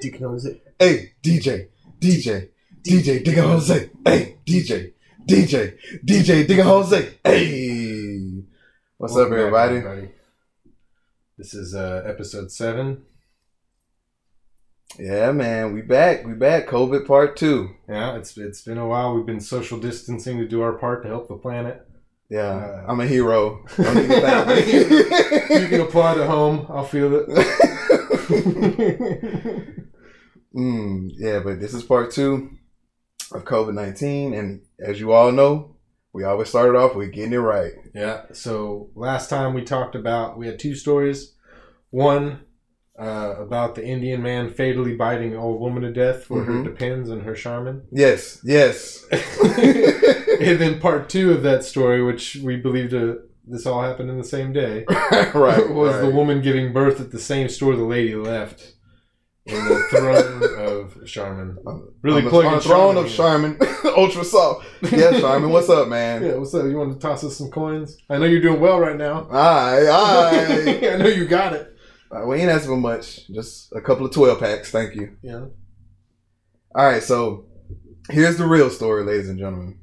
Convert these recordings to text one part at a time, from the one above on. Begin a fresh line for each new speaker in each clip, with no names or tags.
dick and Jose.
Hey, DJ, DJ, DJ, Digga Jose. Hey, DJ, DJ, DJ, Digga Jose. Hey. What's up,
Welcome back,
everybody?
This is uh, episode seven.
Yeah, man, we back. We back. COVID part two.
Yeah, it's it's been a while. We've been social distancing to do our part to help the planet.
Yeah,
Uh,
I'm a hero. Don't even thank
You
me.
can apply to home. I'll feel it.
mm, yeah, but this is part two of COVID 19. And as you all know, we always started off with getting it right.
yeah. So last time we talked about we had two stories. One uh, about the Indian man fatally biting an old woman to death for
Mhm.
her depends and her shaman.
Yes, yes.
and then part two of that story, which we believed uh, this all happened in the same day.
right.
was the
right.
woman giving birth at the same store the lady left in the throne of Charmin. Really
on the,
plugging
on the throne of
Charmin
Charmin. Ultra soft.
in.
Yeah, Charmin, what's up, man?
Yeah, what's up? You want to toss us some coins? I know you're doing well right now.
Aye, aye.
I know you got it.
Uh, we ain't asking for much. Just a couple of 12 packs. Thank you.
Yeah.
All right, so here's the real story, ladies and gentlemen.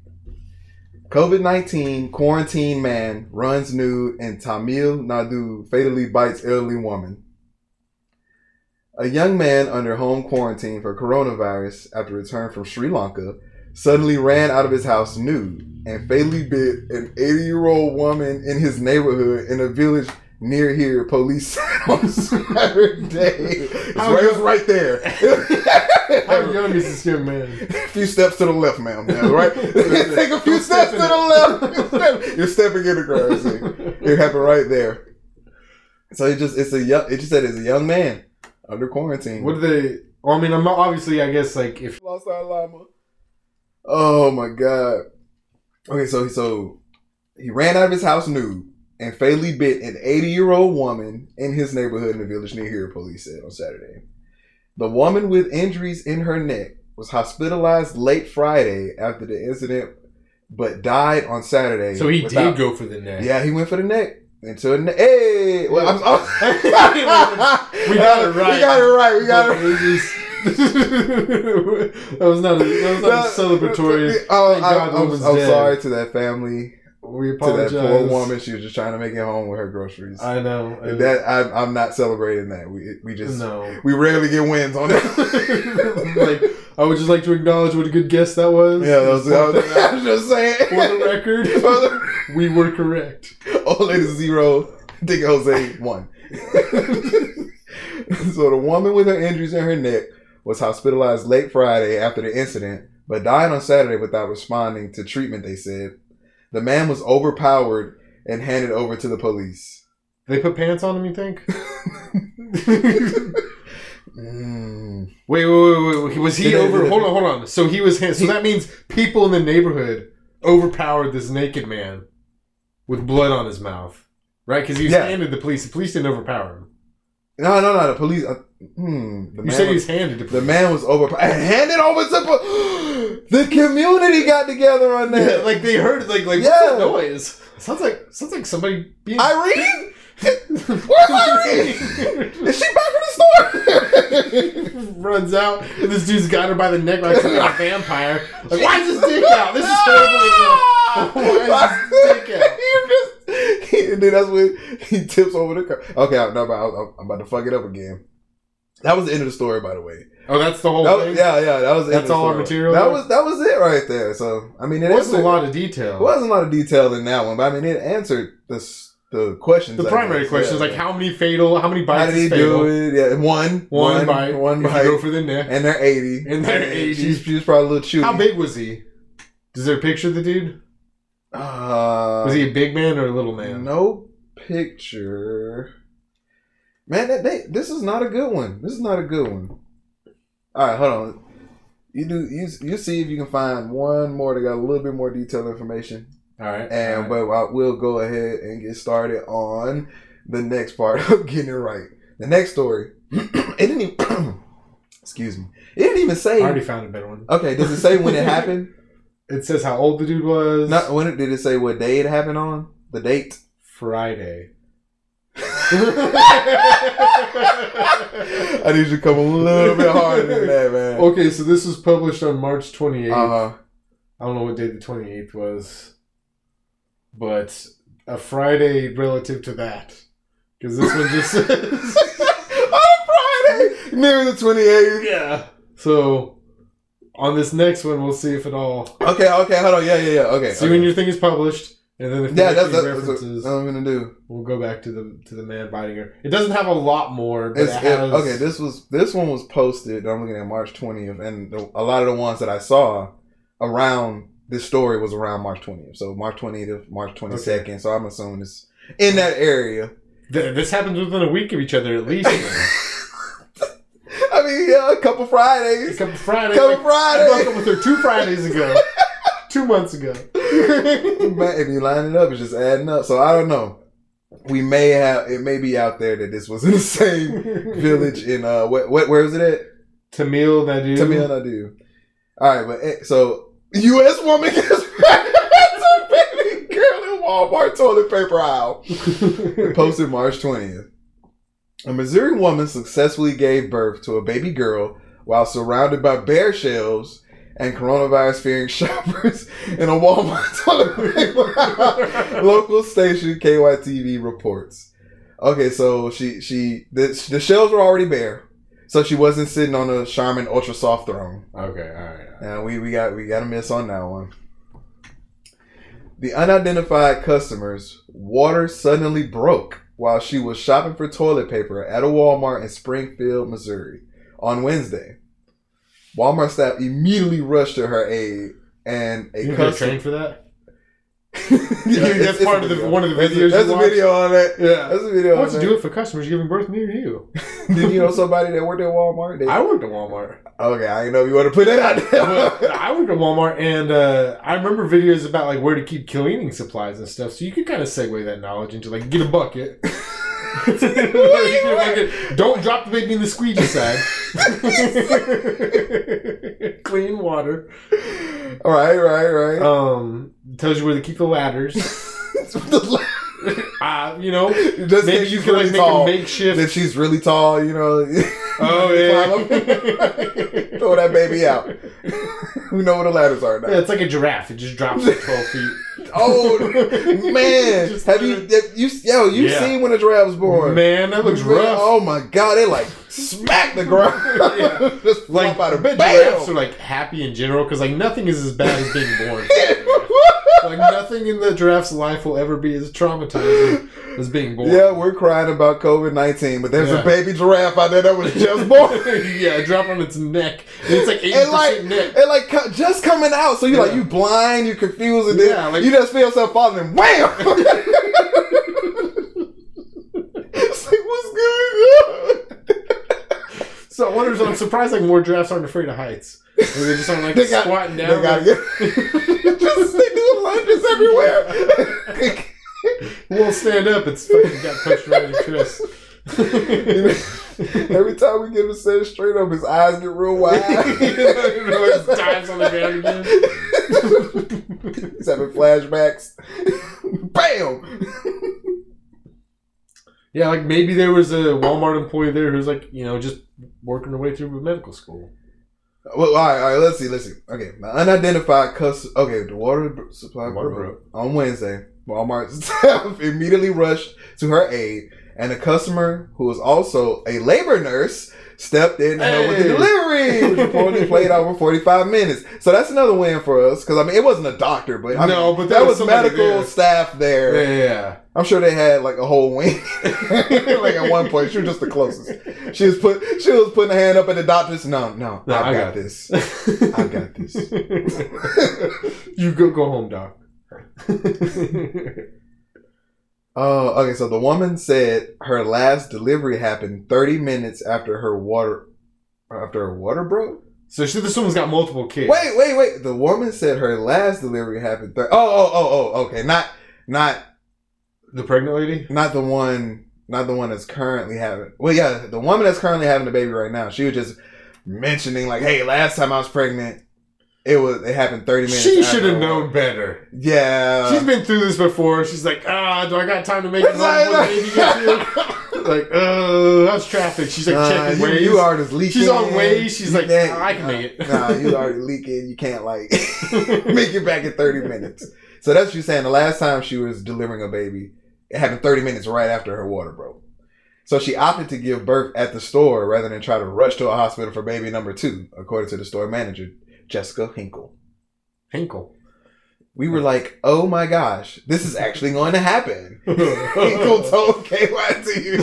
COVID 19 quarantine man runs nude in Tamil Nadu fatally bites elderly woman. A young man under home quarantine for coronavirus after return from Sri Lanka suddenly ran out of his house nude and fatally bit an 80 year old woman in his neighborhood in a village near here, police said on Saturday. It's
How
right,
young-
it's right there.
How young is this young man?
A few steps to the left, ma'am. Yeah, right? Take a few
Don't
steps
step
to
in
the left. You're stepping in the grass. It happened right there. So it just it's a young it just said it's a young man under quarantine.
What do they? Well, I mean, I'm obviously, I guess, like if
lost our llama? Oh my god. Okay, so so he ran out of his house nude and fatally bit an 80 year old woman in his neighborhood in the village near here, police said on Saturday. The woman with injuries in her neck was hospitalized late Friday after the incident, but died on Saturday.
so, he
without-
did go for the neck.
Yeah, he went for the neck. Until ne- hey, well, I'm, I'm-
We got it right.
We got it right. We got it.
It was just- that was not a, that was not a celebratory.
Oh,
Thank
I,
God the
am
woman's
I'm
dead.
sorry to that family,
We
to that
apologize.
poor woman. She was just trying to make it home with her groceries.
I know. It-
that I'm, I'm not celebrating that. We we just
no.
we rarely get wins on that.
like, I would just like to acknowledge what a good guess that was.
yeah, that was, that was-
Point that
I
out.
was just saying.
For the record, we were correct.
Old lady zero, Dick Jose one. so the woman with her injuries in her neck was hospitalized late Friday after the incident, but died on Saturday without responding to treatment. They said the man was overpowered and handed over to the police.
They put pants on him, you think?
Mm.
Wait, wait, wait, wait. Was
Did
he
they-
over?
did they-
Hold on, hold on. So he was. hand- So that means people in the neighborhood overpowered this naked man with blood on his mouth, right? Because he was
Yeah.
handed the police. The police didn't overpower him.
No, no, no. The police. Uh, hmm, the
You said he
was-
was handed to
The man was overpowered. and Handed over to po- the community. Got together on
Yeah,
that.
like they heard like like
Yeah.
what's that noise? Sounds like sounds like somebody being
Irene, where's Irene? Is she back from the store?
runs out and this dude's got her by the neck like some kind of vampire. Like why is this dick out? This is horrible. Why is his dick out?
You Ah! just- he- and then that's when he tips over the car. Okay, I'm, I'm, I'm, I'm about to fuck it up again. That was the end of the story, by the way.
Oh, that's the whole
That was-
thing.
yeah, yeah, that was. the end
That's
of the
all our
story.
material
That
there?
was that was it right there. So I mean, it
It was a
answered-
lot of detail.
It wasn't a lot of detail in that one, but I mean, it answered the s- the questions.
The
I
primary
guess.
question is
Yeah.
like how many fatal, how many bites
How did he
is fatal?
do it? Yeah, one,
One, bite,
one
if you
bite,
go for the neck.
and they're eighty,
And they're 80.
She's, she's probably a little chewy.
How big was he? Does there a picture of the dude?
Uh,
Was he a big man or a little man?
No picture. Man, that they, this is not a good one. This is not a good one. All right, hold on. You do you you see if you can find one more that got a little bit more detailed information,
All right.
and
all right.
but I will go ahead and get started on the next part of getting it right. The next story. it didn't even. excuse me. It didn't even
I
say.
already found a better one.
okay, does it say when it happened?
It says how old the dude was.
Not when it, did it say what day it happened on? The date.
Friday. okay,
I need you to come a little bit harder than that, man.
so this was published on March 28th.
Uh-huh.
I don't know what day the 28th was, but a Friday relative to that. Because this one just says.
On a Friday, near the 28th.
yeah. So on this next one, we'll see if it all.
Okay, okay, hold on. Yeah, yeah, yeah. Okay.
See
okay.
when your thing is published, and then if
yeah,
yeah,
that's, that's, uh, that's what
references,
that's what I'm gonna do.
we'll go back to the to the man biting her. It doesn't have a lot more, but
It's,
it
it-
has.
okay, this was this one was posted. I'm looking at March 20th, and the, a lot of the ones that I saw around this story was around March 20th. So March 20th, March 22nd. So I'm assuming it's in that area.
Th- this happens within a week of each other at least.
I mean, yeah, a couple Fridays,
Come Friday.
couple
like, I broke up
Fridays.
with her two Fridays ago, two months ago.
Man, if you line it up, it's just adding up. So I don't know. We may have it may be out there that this was in the same village in uh what, what where is it at?
Tamil Nadu.
Tell me how I do. All right, but eh, so U.S. woman gets a baby girl in Walmart toilet paper aisle. Posted March twentieth. A Missouri woman successfully gave birth to a baby girl while surrounded by bear shells and coronavirus fearing shoppers in a Walmart toilet paper aisle. Local station KYTV reports. Okay, so she she the, the shells were already bare, so she wasn't sitting on a Charmin Ultra Soft throne.
okay, all right.
And we, we got we got a miss on that one. The unidentified customers' water suddenly broke while she was shopping for toilet paper at a Walmart in Springfield, Missouri, on Wednesday. Walmart staff immediately rushed to her aid, and a
You got
customer.
trained for that?
Yeah,
that's
it's- it's
part
a
of the-
video.
one of the
There's a-
videos
There's
you
a video on that.
Yeah.
That's a video.
I want
on
to
that.
do it for customers giving birth near you.
Did you know somebody that worked at Walmart? They-
I worked at Walmart.
okay, I didn't know if you want to put that out
But
there.
I worked at Walmart, and uh, I remember videos about like where to keep cleaning supplies and stuff. So you could kind of segue that knowledge into like get a bucket. Get a bucket. Don't drop the baby in the squeegee side. Clean water.
right, right, right.
Um, tells you where to keep the ladders. Uh, you know,
Just
maybe you can like make
tall.
a makeshift.
That she's really tall, you know.
oh
Climb up,
yeah.
throw that baby out. we know where the ladders are
Yeah,
now.
it's like a giraffe. It just drops at twelve feet.
Oh man,
Just
have you have you yo you
Yeah.
seen when a giraffe was born?
Man, that looks
Man,
rough.
Oh my god, they like smack the ground.
Yeah.
Just
like
flop out of
but
bed.
giraffes are like happy in general because like nothing is as bad as being born. like nothing in the giraffe's life will ever be as traumatizing as being born.
yeah, we're crying about COVID nineteen, but there's
Yeah.
a baby giraffe out there that was just born.
yeah, a drop on its neck. And it's like eighty
and
percent
like
neck.
and like co- just coming out, so you are like
Yeah.
you blind, you confused, and then
Yeah, like-
you just feel yourself falling. And wham! it's like what's good?
So I wonder. I'm surprised like more giraffes aren't afraid of heights. They just aren't like
They got-
squatting
they
down.
gotta get just they do lunges everywhere.
won't stand up. It's fucking got pushed right in the chest.
Every time we get him set straight up, his eyes get real wide.
dives on the ground again.
He's having flashbacks. Bam!
Yeah, like maybe there was a Walmart employee there who's like, you know, just working her way through medical school.
Well, all right, all right. Let's see. Let's see. Okay, my unidentified customer. Okay, the water br- supply
Water
broke.
broke.
on Wednesday. Walmart staff immediately rushed to her aid, and a customer who was also a labor nurse stepped in to help with the
Hey.
delivery, which reportedly played out for forty-five minutes. So that's another win for us because I mean it wasn't a doctor, but I
No,
mean,
but there
that
was
was,
somebody
medical
there.
staff there.
Yeah.
I'm sure they had like a whole wing. like at one point, she was just the closest. She was put. She was putting her hand up at the doctor's. No, no,
No,
I,
I
got,
got
this.
I
I got this.
you go go home, doc.
Oh, okay. So the woman said her last delivery happened 30 minutes after her water, after her water broke.
so she, this woman's got multiple kids.
Wait, wait, wait. The woman said her last delivery happened. Thir- oh, oh, oh, oh. Okay, not, not,
the pregnant lady.
not the one, not the one that's currently having. Well, yeah, the woman that's currently having the baby right now. She was just mentioning like, hey, last time I was pregnant, it was it happened 30 minutes.
She
after
should have
her
known
water-
better.
Yeah.
She's been through this before. She's like, ah, do I got time to make it home when the baby gets here? like, uh, how's traffic? She's like
Nah,
checking
Uh, you,
ways.
you are just leaking.
She's on ways. She's
You
like,
can't-
"Ah, I can make it.
nah, you already leaking. You can't like make it back in thirty minutes. So that's what you're saying. The last time she was delivering a baby, it happened thirty minutes right after her water broke. So she opted to give birth at the store rather than try to rush to a hospital for baby number two, according to the store manager, Jessica Hinkle.
Hinkle.
We were like, oh my gosh, this is actually going to happen. Hinkle told KYTV.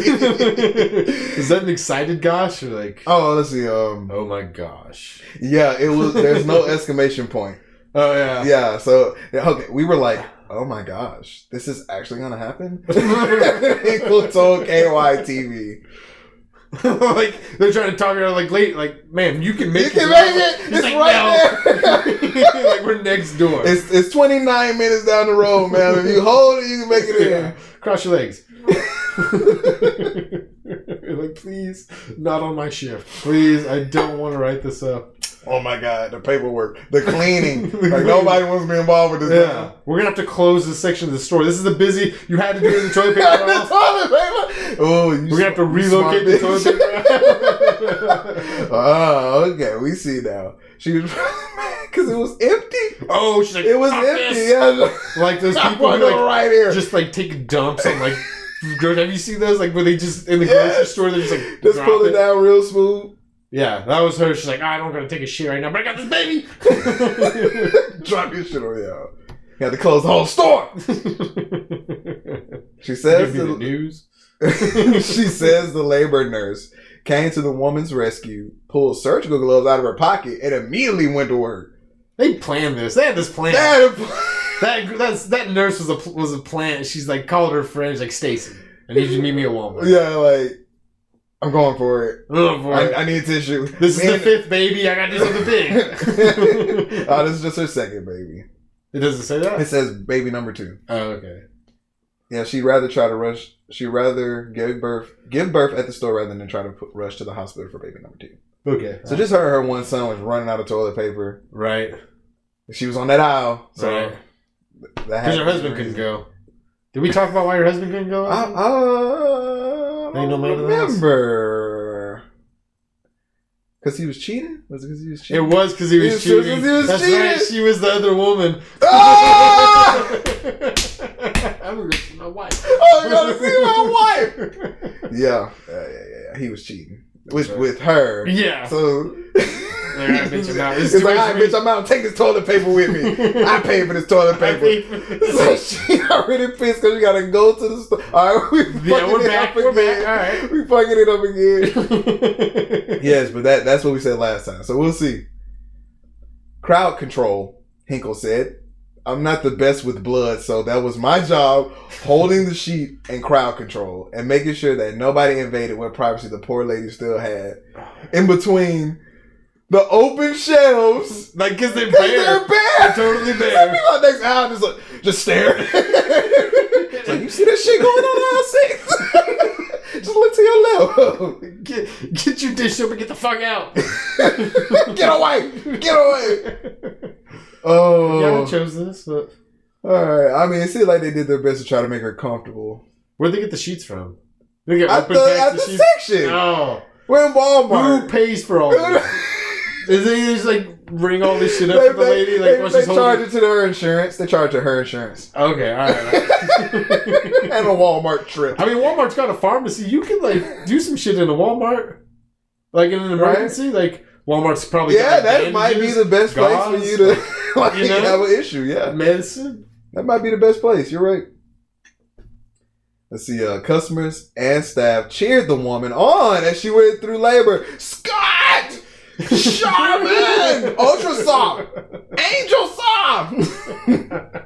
Is that an excited gosh or like?
oh, let's see. Um,
Oh my gosh.
yeah, it was. There's no exclamation point.
Oh yeah.
yeah so yeah, okay we were like oh my gosh this is actually gonna happen Hinkle told KYTV
like they're trying to talk her like late, like ma'am, you can make
you can
now."
make it it's
She's like,
right
"No."
there
like we're next door.
it's, it's 29 minutes down the road man if you hold it you can make it in
Cross your legs. like please, not on my shift. Please, I don't want to write this up.
oh my god the paperwork the cleaning
The
like
cleaning.
nobody wants to be involved with this
Yeah, we're gonna have to close this section of the store. This is the busy. You had to do it in the toilet paper. aisle.
oh you
We're gonna have to relocate the toilet
smart
paper. aisle.
bitch. oh okay we see now she was because it was empty
oh, she's like,
it was
"Fuck
empty
this."
yeah
Like those
I
people
want
who
to go
like
right here
just like take dumps and like. gro- Have you seen those? Like where they just in the
Yes.
grocery store, they're just like
Just
drop
pull it
it.
down real smooth.
Yeah, that was her. She's like, "Ah, I don't gotta take a shit right now, but I got this baby.
Drop your shit on y'all. You had to close the whole store. She says
Give me
the,
the news.
she says the labor nurse came to the woman's rescue, pulled surgical gloves out of her pocket, and immediately went to work.
They planned this. They had this plan.
That-
That that's, that nurse was a was a plant. She's like called her friend. She's like Stacy, I need you to meet me at Walmart.
yeah, like I'm going for it.
Oh, boy.
I, I need tissue.
this is the
Man-
fifth baby. I got to do something big.
Oh, this is just her second baby.
it doesn't say
It
that.
says baby number two.
Oh, okay.
Yeah, she'd rather try to rush. She'd rather give birth give birth at the store rather than try to put, rush to the hospital for baby number two.
Okay.
So just her, and her one son was running out of toilet paper.
right.
She was on that aisle, so
Right.
that had
Because
to
her
be
husband
the
couldn't
reason.
go. Did we talk about why your husband couldn't go?
I, I
Ain't no
don't
man in the house.
remember. Cause he was cheating. Was it because he was
it
cheating?
was because he
It
was
was 'cause
cheating.
he was
That's
cheating.
right. She was the other woman.
Ah!
I'm gonna go see my wife.
oh, you gotta see my wife. Yeah, yeah, yeah, yeah, yeah. He was cheating with
That's right.
with her.
Yeah.
So.
right, bitch, I'm out. It's
It's,
too
like,
much
all
for
right,
me."
bitch, I'm out. Take this toilet paper with me. I paid for this toilet paper. So she already pissed because you gotta go to the store. All right, we fucking
yeah, we're
it
back.
up
We're
again.
back.
We fucking it up again.
All right.
yes, but that that's what we said last time. So we'll see. Crowd control, Hinkle said. I'm not the best with blood, so that was my job holding the sheet and crowd control and making sure that nobody invaded what privacy the poor lady still had in between the open shelves.
Like, cause they're
'cause they're
bare.
bare.
They're totally
Send me
bare.
my next hour, just like, just stare. It's like, you see that shit going on aisle six? just look to your left.
Get, get your dish up and get the fuck out.
Get away! Get away! Oh,
Yeah, I chose this. But
all right. I mean, it seemed like they did their best to try to make her comfortable.
where'd they get the sheets from? They get
At
open
the, at
packs
the
of sheets.
section,
Oh,
we're in
who
Walmart.
pays for all this? Is they just like ring all this shit up
they
for the lady? Like,
they,
while
they
she's
charge
holding.
it to their insurance. They charge it to her insurance
Okay, all right. all right.
and a Walmart trip.
I mean, Walmart's got a pharmacy. You can like do some shit in a Walmart, like in an
Right.
emergency. Like Walmart's probably got,
Yeah,
like,
that might be
bandages,
the best place for
gauze,
you to like,
you know?
have an issue. Yeah,
medicine.
That might be the best place. You're right. Let's see. Uh, customers and staff cheered the woman on as she went through labor. Scott, Charmin, Ultra Soft, Angel Soft.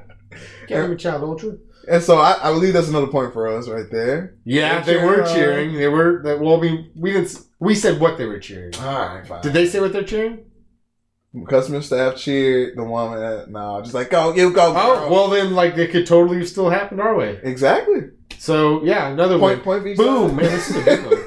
Get him a child ultra.
And so I, I believe that's another point for us right there.
Yeah,
They're
they were
cheering.
cheering. They were that. Well, I mean, we didn't. s- We said what they were cheering.
All right, fine.
Did they say what they're cheering?
Customer staff cheered the woman. Uh, nah, just like go, you go, girl.
Oh, well, then like they could totally have still happened our way.
exactly.
So yeah, another
Point,
one.
point. for each
Boom,
side.
man, this is a big one.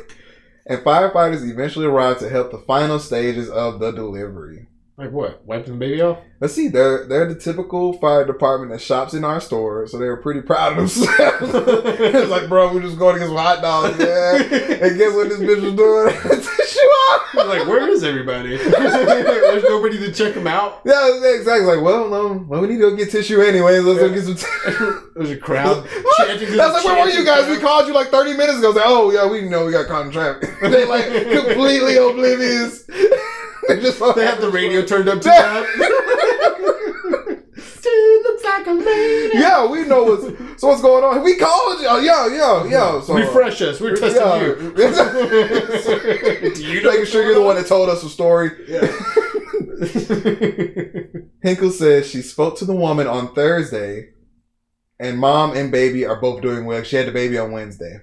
and firefighters eventually arrived to help the final stages of the delivery.
Like what? Wiping the baby off?
Let's see, they're they're the typical fire department that shops in our store, so they're pretty proud of themselves. it's like, bro, we just going to get some hot dogs, man. and guess what this bitch was doing? Tissue off.
like, where is everybody? There's nobody to check them out.
Yeah, exactly. Like, well, no, well, we need to go get tissue anyways. Let's go get some tissue.
There's a crowd. chanting-
That's like, where were you
chanting
guys?
crowd.
We called you like 30 minutes ago. It's Like, oh, yeah, we know we got caught in traffic. they like completely oblivious. they just
They have the radio turned up too loud. She looks like a lady.
Yeah, we know what's so what's going on. We called you. Oh, Yo, yo, yo. So uh,
Refresh us. We're testing
yeah.
you. Do you know
Making
what's
sure you're the one
going
that told us the story. Hinkle says she spoke to the woman on Thursday, and mom and baby are both doing well. She had the baby on Wednesday.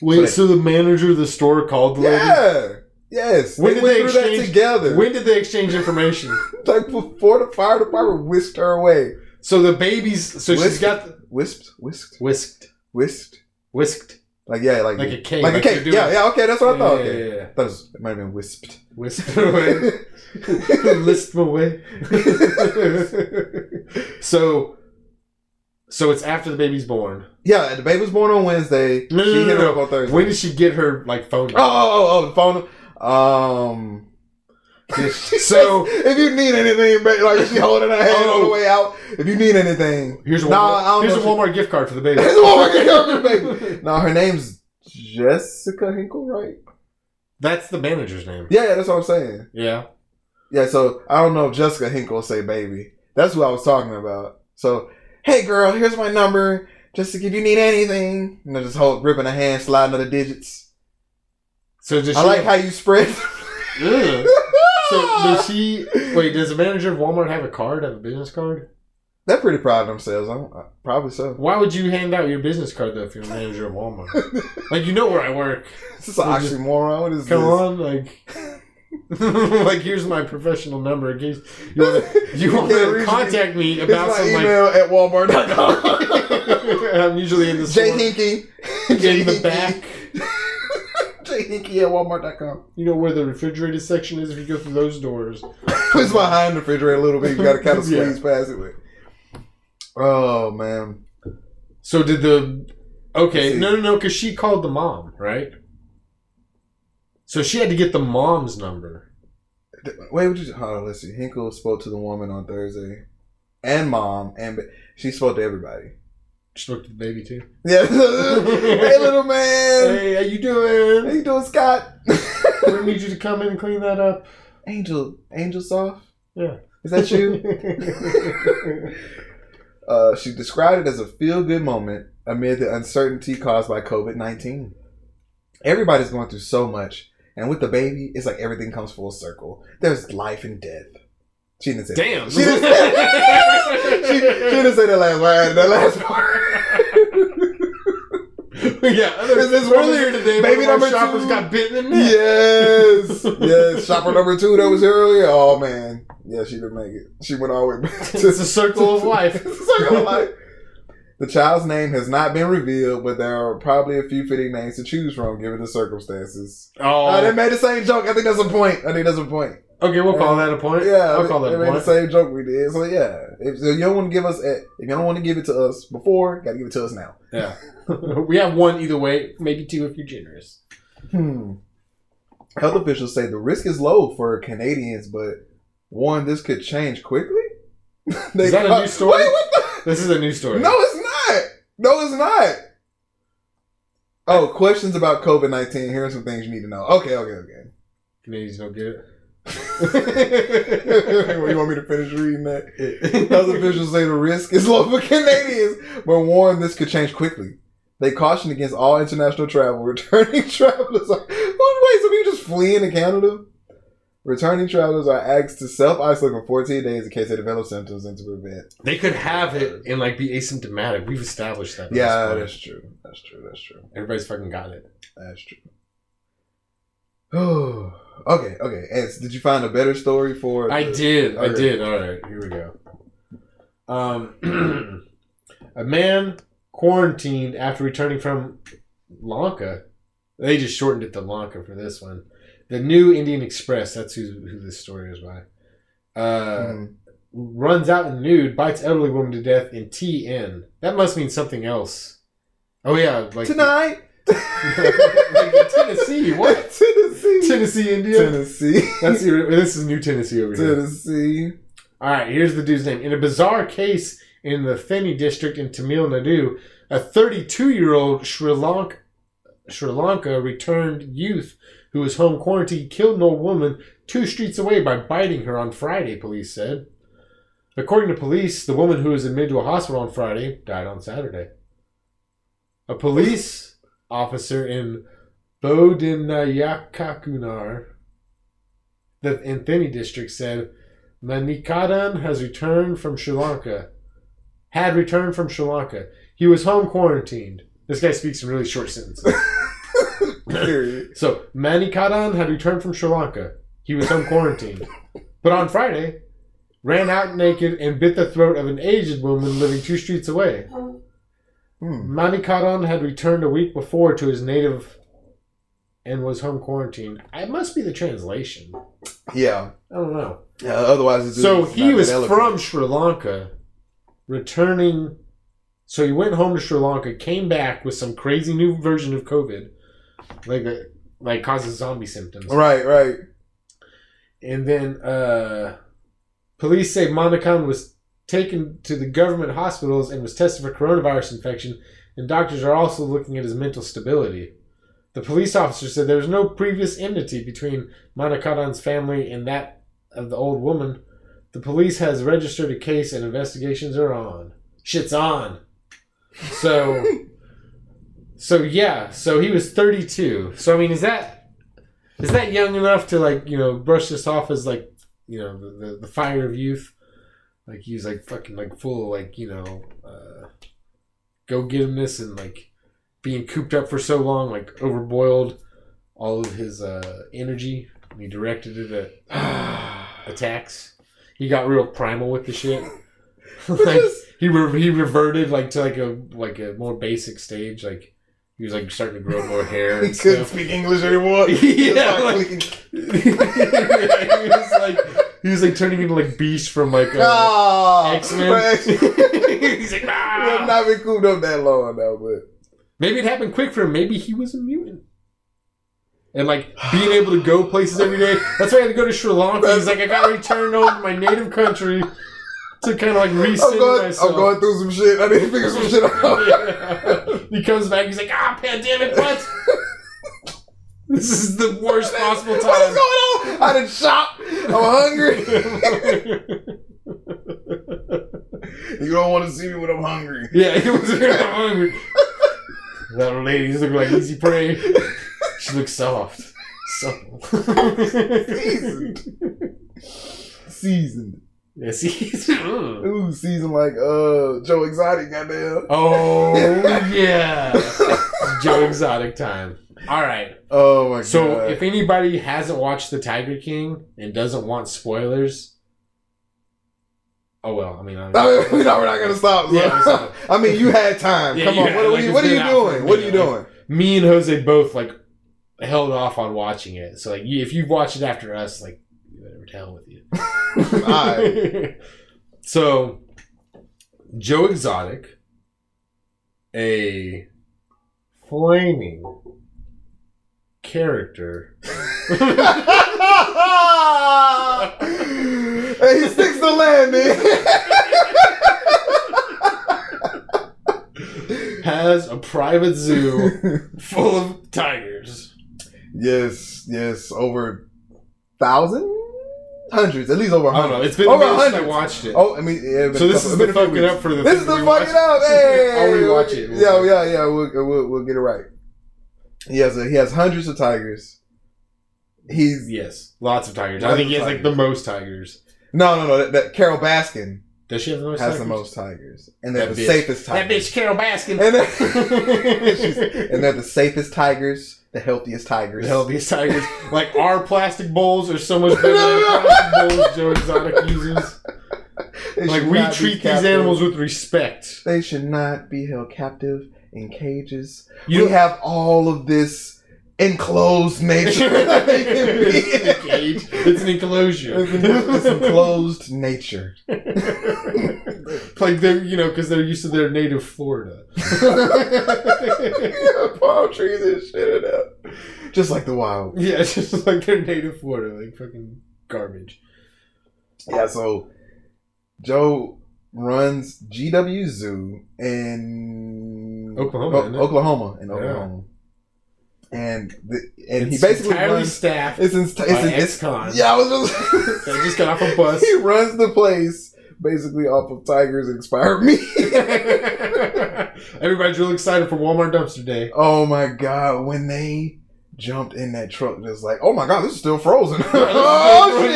Wait, so the manager of the store called the lady?
Yeah. Yes.
When
they
did
went
they
through that
exchange-
together.
When did they exchange information?
like before the fire department whisked her away.
So the baby's so she's
Whisked.
got the,
Wisped, whisked,
whisked,
whisked.
whisked
Like yeah, like
like a cake,
like a
you're
cake.
doing-
Yeah, yeah. Okay, that's what I thought.
yeah,
okay.
yeah, yeah.
I thought it, was, it might have been wisped.
whisked away, list away. so, so it's after the baby's born.
yeah, the baby was born on Wednesday.
No, no,
she
no,
hit
no,
her
no.
up on Thursday.
When did she get her like phone?
Oh, oh, oh, oh, the phone. Um,
so
if you need anything, ba- like she holding her hand on the
Oh.
way out. If you need anything,
here's a Walmart,
Oh, Nah, I don't
here's a
know
Walmart gift card for the baby.
Here's a Walmart gift card for the now her name's Jessica Hinkle, right?
That's the manager's name.
Yeah, yeah, that's what I'm saying.
Yeah.
Yeah, so I don't know if Jessica Hinkle will say baby. That's who I was talking about. So, hey girl, here's my number. Just if you need anything, you know, just hold gripping a hand, sliding of the digits.
So does she?
I like how you spread.
Ugh. so
Ah!
does she? Wait, does the manager of Walmart have a card? Have a business card?
They're pretty proud of themselves. I'm, I, probably so.
Why would you hand out your business card though if you're a manager of Walmart? like you know where I work.
This is an
We'll just-
oxymoron. What is
Come
this?
on, like. like here's my professional number in case you want to you
You
want
can't
to
reach
contact me
It's
about
my
some like
email at walmart.com.
I'm usually in the
Jay
store
Hinky. E
in the back.
Jay Hinky at walmart.com.
You know where the refrigerated section is if you go through those doors.
It's behind the refrigerator a little bit. You got to kind of
Yeah.
squeeze past it with. Oh, man.
So did the
Let's
okay?
see.
No, no, no, because she called the mom, right? So she had to get the mom's number.
Wait, what you, hold on, let's see. Hinkle spoke to the woman on Thursday. And mom. And ba- she spoke to everybody.
She looked at the baby too.
Yeah. hey, little man.
Hey, how you
How
doing?
you doing, Scott?
We need you to come in and clean that up.
Angel. Angel Soft?
Yeah.
Is that you? Uh, she described it as a feel good moment amid the uncertainty caused by COVID 19. Everybody's going through so much, and with the baby, it's like everything comes full circle. There's life and death. She didn't say
Damn.
She didn't say, she, she didn't say that last word. That last part.
yeah, other,
This is
earlier today,
baby
baby one of
number
our shoppers
two.
got bitten in the neck.
yes, yes. Shopper number two that was here earlier. Oh man, yeah, she didn't make it. She went all the way back to
It's the circle of life.
Circle of life. The child's name has not been revealed, but there are probably a few fitting names to choose from given the circumstances.
Oh,
Uh, they made the same joke. I think that's a point. I think that's a point.
okay, we'll call that a point.
Yeah,
I'll call
they,
that
they
a
made the
point.
same joke we did. So yeah, if, if you don't want to give us, a, if you don't want to give it to us before, gotta give it to us now.
Yeah, we have one either way, maybe two if you're generous.
Hmm. Health officials say the risk is low for Canadians, but warn this could change quickly. They
that a
caught-
new story?
Wait, what the?
This is a new story.
No, it's not. No, it's not. Oh, questions about COVID nineteen. Here are some things you need to know. Okay, okay, okay.
Canadians don't get it.
Well, you want me to finish reading that? Health officials say the risk is low for Canadians, but warn this could change quickly. They caution against all international travel. Returning travelers are who wait, so people just fleeing to Canada? Returning travelers are asked to self isolate for 14 days in case they develop symptoms and to prevent.
They could have it and like be asymptomatic. We've established that. at this
Yeah,
point.
that's true. That's true. That's true.
everybody's fucking got it.
That's true. Oh, okay, okay. Ants, did you find a better story for?
I
the-
did. I
Alright.
did. All right, here we go. Um, a man quarantined after returning from Lanka. They just shortened it to Lanka for this one. The New Indian Express. That's who who this story is by. uh,
Hmm.
runs out in nude, bites elderly woman to death in TN. That must mean something else. Oh yeah, like
Tonight.
like in Tennessee. What?
Tennessee.
Tennessee, India.
Tennessee.
That's ir- this is new Tennessee over here.
Tennessee.
All right, here's the dude's name. In a bizarre case in the Theni district in Tamil Nadu, a 32-year-old Sri Lanka Sri Lanka returned youth who was home quarantined killed an old woman two streets away by biting her on Friday, police said. According to police, the woman who was admitted to a hospital on Friday died on Saturday. A police officer in Bodinayakakunar, the Anthony district, said Manikadan has returned from Sri Lanka. Had returned from Sri Lanka. He was home quarantined. This guy speaks in really short sentences.
Period.
So Manikadan had returned from Sri Lanka. He was home quarantined. but on Friday, ran out naked and bit the throat of an aged woman living two streets away.
Hmm.
Manikadan had returned a week before to his native and was home quarantined. It must be the translation.
Yeah.
I don't know.
yeah. Otherwise, it's
So he was from Sri Lanka, returning. So he went home to Sri Lanka, came back with some crazy new version of COVID, like uh, like causes zombie symptoms.
Right. Right.
And then uh, police say Monacan was taken to the government hospitals and was tested for coronavirus infection, and doctors are also looking at his mental stability. The police officer said there was no previous enmity between Monacan's family and that of the old woman. The police has registered a case and investigations are on. Shit's on. So, so yeah. So he was 32. So I mean, is that is that young enough to like you know brush this off as like you know the, the, the fire of youth like he's like fucking like full of like you know uh, go get him this and like being cooped up for so long like overboiled all of his uh, energy and he directed it at attacks he got real primal with the shit like
is-
he, re- he reverted like to like a like a more basic stage like he was like starting to grow more hair
He
and
couldn't
stuff
speak English anymore.
Yeah,
Just
like-
clicking.
he was like he was like turning into like Beast from like uh,
Ah,
X Men.
but X-Men-
He's like
We have
"Ah."
not been cooped up that long now, but
maybe it happened quick for him. Maybe he was a mutant. And like being able to go places every day. That's why I had to go to Sri Lanka. He's like, I got returned over to my native country to kind of like reset
I'm going,
myself.
I'm going through some shit. I need to figure some shit out.
he comes back. He's like, ah, pandemic, what? this is the worst possible
What is
time.
going on? I didn't shop. I'm hungry. You don't want to see me when I'm hungry.
Yeah, he was really hungry. that lady's looking like easy prey. She looks soft. So
Seasoned. Seasoned.
yes, he's. Mm.
Ooh, seasoned like uh Joe Exotic, goddamn.
Oh yeah, Joe Exotic time. All right.
Oh my
So
god.
if anybody hasn't watched The Tiger King and doesn't want spoilers, oh well. I mean, I'm,
I mean, we're not, we're not gonna stop. so-
Yeah, I'm sorry.
I mean, you had time.
Yeah,
Come
you
on,
had-
what, are
like,
you-
it's
what are
been
you
out for a
doing? What are you
minute,
doing?
me and Jose both like held off on watching it. So like, you- if you watch it after us, like, whatever, to hell with you.
Alright.
so, Joe Exotic, a flaming character.
hey, he sticks the
Has a private zoo
landing.
full of tigers.
yes, yes, over thousand, hundreds, at least over
I don't know.
hundred.
It's been
Over
a minute since I
hundred.
watched it.
Oh, I mean, yeah, but
so this
it's
is
been
the
a few
fucking
weeks.
up for the.
This is the fucking up. Hey,
I'll rewatch it.
Yeah, yeah, yeah. We'll, we'll, we'll get it right. He has a, he has hundreds of tigers. He's
Yes, lots of tigers. I
Lots
think
of
he has like
tigers.
the most tigers.
no, no, no. That, that Carol Baskin
Does she have the most?
has
tigers?
the most tigers, and they're
That
the
bitch.
safest
That
tigers.
bitch Carol Baskin.
And they're, She's- and they're the safest tigers, the healthiest tigers.
The hell, these tigers. Like, our plastic bowls are so much better
No,
than
no, no.
plastic bowls Joe Exotic uses.
They
Like,
should
we
not be
treat these
captive.
animals with respect.
They should not be held captive in cages.
You
we have all of this enclosed nature.
it's a cage. It's an enclosure.
It's, en- it's enclosed nature.
like they're you know because they're used to their native Florida.
Yeah, palm trees and shit in there. Just like the wild.
yeah, it's just like their native Florida, like fucking garbage.
Yeah, so Joe runs GW Zoo in
Oklahoma,
O-
isn't it?
Oklahoma, in
Yeah.
Oklahoma. And the, and
it's
he basically
entirely
runs.
staffed.
It's, in, it's,
by
it's,
ex-cons.
yeah, I was just.
They just got off a bus.
he runs the place basically off of tigers and expired meat.
Everybody's real excited for Walmart Dumpster Day.
oh my god, when they jumped in that truck, just like, oh my god, this is still frozen. oh
Oh,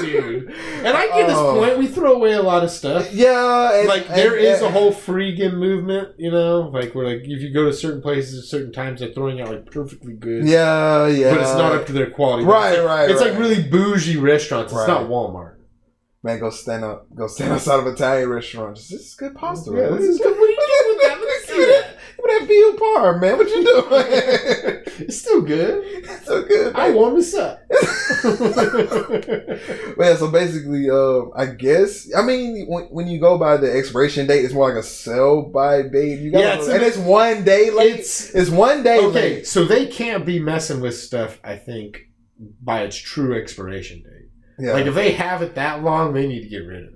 shit,
dude. And I get
Oh.
this point. We throw away a lot of stuff.
Yeah, and,
Like there
and-
is a
and-
whole freegan movement, you know. Like we're like if you go to certain places at certain times, they're throwing out like perfectly good.
Yeah, yeah,
But it's not up to their quality.
Right,
It's like-
right,
It's like
right.
really bougie restaurants. It's
Right.
not Walmart.
Man, go stand up. Go stand outside of an Italian restaurant. Just, this is good pasta.
Yeah,
man.
this is good. What are you doing with that? Let me see that.
What that veal parm, man? What you doing?
It's still good.
it's so good.
I
man.
warm this up.
But yeah, so basically, um, I guess I mean when, when you go by the expiration date, it's more like a sell by date. You got
Yeah, it's a-
and it's one day late. It's,
it's
one day
okay.
late.
So they can't be messing with stuff. I think by its true expiration date.
Yeah.
Like if they have it that long, they need to get rid of it.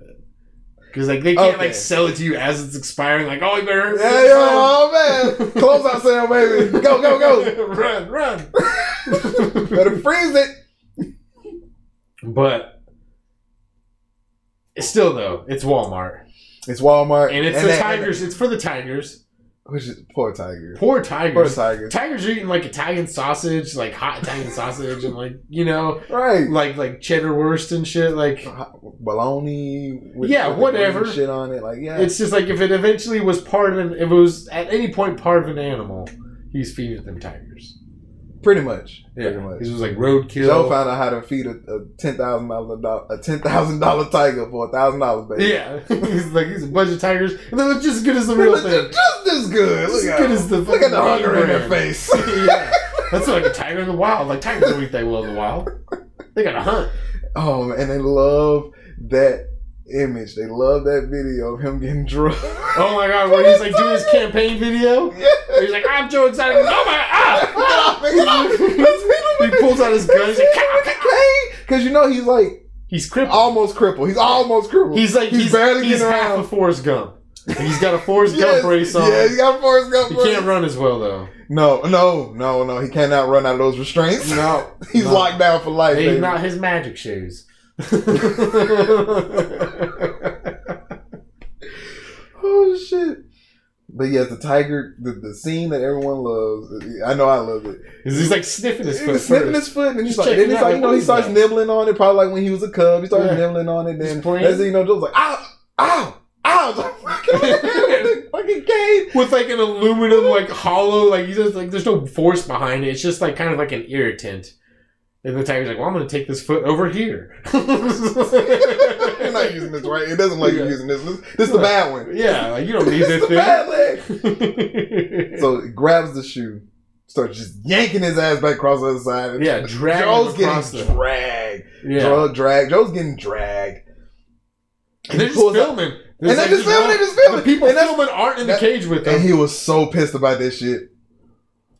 Because like they can't
Okay.
like sell it to you as it's expiring. Like oh, you better hurry
yeah,
up,
yeah,
run.
oh man, close out sale, baby. Go, go, go.
Oh. run, run.
Better freeze it.
but still, though, it's Walmart,
It's Walmart,
and it's
and
the
that- and
tigers. it's for the tigers.
that- Which is poor tiger.
Poor
Poor
tigers.
tiger.
Tigers are eating like Italian sausage, like hot Italian sausage, and like you know,
Right.
like like cheddar wurst and shit. Like
baloney.
Yeah,
the
whatever.
green Shit on it, like yeah.
It's just like if it eventually was part of an, if it was at any point part of an animal, he's feeding them tigers.
pretty much.
Yeah,
Pretty much.
this was like roadkill.
Joe found out how to feed a, a ten thousand dollar a ten thousand dollar tiger for a thousand dollars, baby.
yeah, he's like he's a bunch of tigers, and they look just as good as the
They
real
look
thing.
just, just as good. Look
Just
at
good
them.
as the
look at the
fucking
hunger in their
brand.
face.
yeah, that's like a tiger in the wild. Like tigers don't eat that well in the wild. They gotta hunt.
oh, man, and they love that image. They love that video of him getting drugged.
Oh my god, where he's like doing his campaign video.
yeah.
Where he's like, I'm Joe Exotic. Oh my
Get
ah!
off me, get off me. Let's hit him
He
with the-
pulls out his gun. He's
hit
like,
him
"Cow,
with
cow."
the cane. Cause you know he's like
he's crippled.
almost crippled. He's almost crippled.
He's like
he's
he's,
barely
he's
getting
half
around.
a Forrest Gump. And he's got a Forrest
Yes,
Gump brace on.
Yeah, he got Forrest Gump
He
brace.
can't run as well though.
No, no, no, no. He cannot run out of those restraints.
No,
He's
no.
locked down for life.
They're
baby.
not his magic shoes.
Oh shit. But yes, the tiger, the, the scene that everyone loves. I know I love it.
he's like sniffing his
He
foot.
was sniffing
first.
his foot, and he's
Just
like, then
checking
he's
out,
like,
like,
you know,
what
he
is
starts
that?
nibbling on it. Probably like when he was a cub, he started
Yeah.
nibbling on it.
He's
Then
playing.
that's it, you know, Joe's like, ow, ow, ow, fucking, fucking cane.
with like an aluminum like hollow like he's just like there's no force behind it. It's just like kind of like an irritant. And the tiger's like, well, I'm gonna take this foot over here.
You're not using this right. It doesn't like you
Yeah.
using this. This, this is the
Right.
bad one.
yeah, like you don't need
This
this
is the bad leg.
thing.
So he grabs the shoe, starts just yanking his ass back across the other side. And
yeah, drag
Joe's
him across
getting
the
dragged.
yeah.
Drug, drag. Joe's getting dragged.
And they're
He
just
pulls up-
filming.
And
There's,
they
like,
just filming, they
no-
just filming.
The people
and, that's-
filming aren't in
that-
the cage with them.
and he was so pissed about this shit.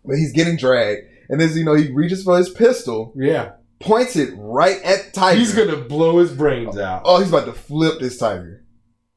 But he's getting dragged. And as you know, he reaches for his pistol,
yeah,
points it right at the Tiger.
he's gonna blow his brains out.
oh, he's about to flip this Tiger.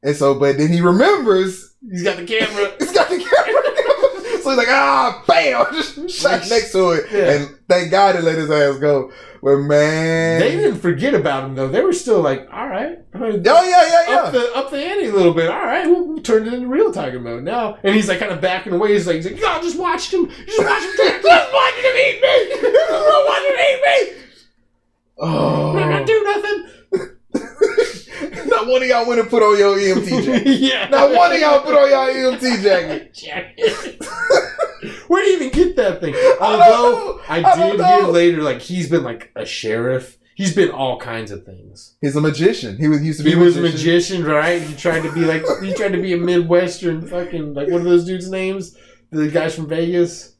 And so, but then he remembers
He's got the camera.
It's got the camera. so he's like, ah, bam, just shot next to it.
Yeah.
And thank God he let his ass go. But man.
They didn't forget about him though. They were still like, all right,
Oh, yeah, yeah, yeah.
up the up the ante a little bit. All right, we'll, we'll turn it into real tiger mode now. And he's like kind of backing away. He's like, he's like y'all just watched him. Just watch him. take- Just watch him eat me. Just watch him eat me. I'm not gonna
oh.
do nothing.
Not one of y'all went and put on your EMT jacket.
yeah.
Not one of y'all put on y'all EMT jacket.
Jacket. Where do you even get that thing?
don't
Although
know.
I,
I don't
did hear
know.
later, like he's been like a sheriff. He's been all kinds of things.
He's a magician. He was he used to be
He
a
was a
magician.
magician, right? He tried to be like he tried to be a midwestern fucking like what are those dudes' names? The guys from Vegas.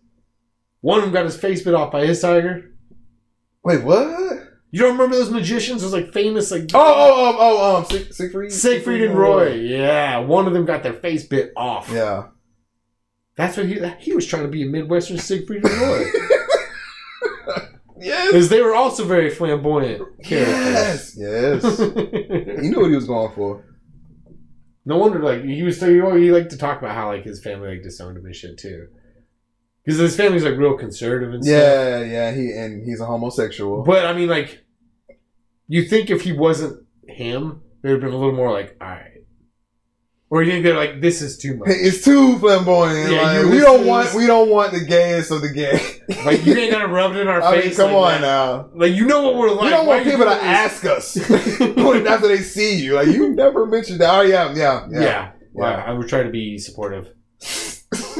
One of them got his face bit off by his tiger.
Wait, what?
You don't remember those magicians? Those like famous like
Oh, oh, um, oh, um, Sig- Siegfried,
Siegfried and Roy. Yeah, one of them got their face bit off.
Yeah,
That's what he he was trying to be a Midwestern Siegfried and Roy
yes,
because they were also very flamboyant characters.
yes, yes. he knew what he was going for.
no wonder like he was telling you he liked to talk about how like his family like disowned him and shit too because his family's like real conservative and stuff.
Yeah, yeah. He and he's a homosexual.
But I mean, like, you think if he wasn't him, there'd have been a little more like, all right, or you think they're like, this is too much.
It's too flamboyant.
Yeah,
like,
you-
we don't want we don't want the gayest of the gay.
like you ain't gonna rub it in our
I mean,
face.
come
like
on
that.
now.
Like you know what we're like.
we don't
Why
want
you
people to
doing
ask us
this?
after they see you. Like you never mentioned that. Oh yeah, yeah,
yeah.
yeah.
yeah. Wow, I was trying to be supportive.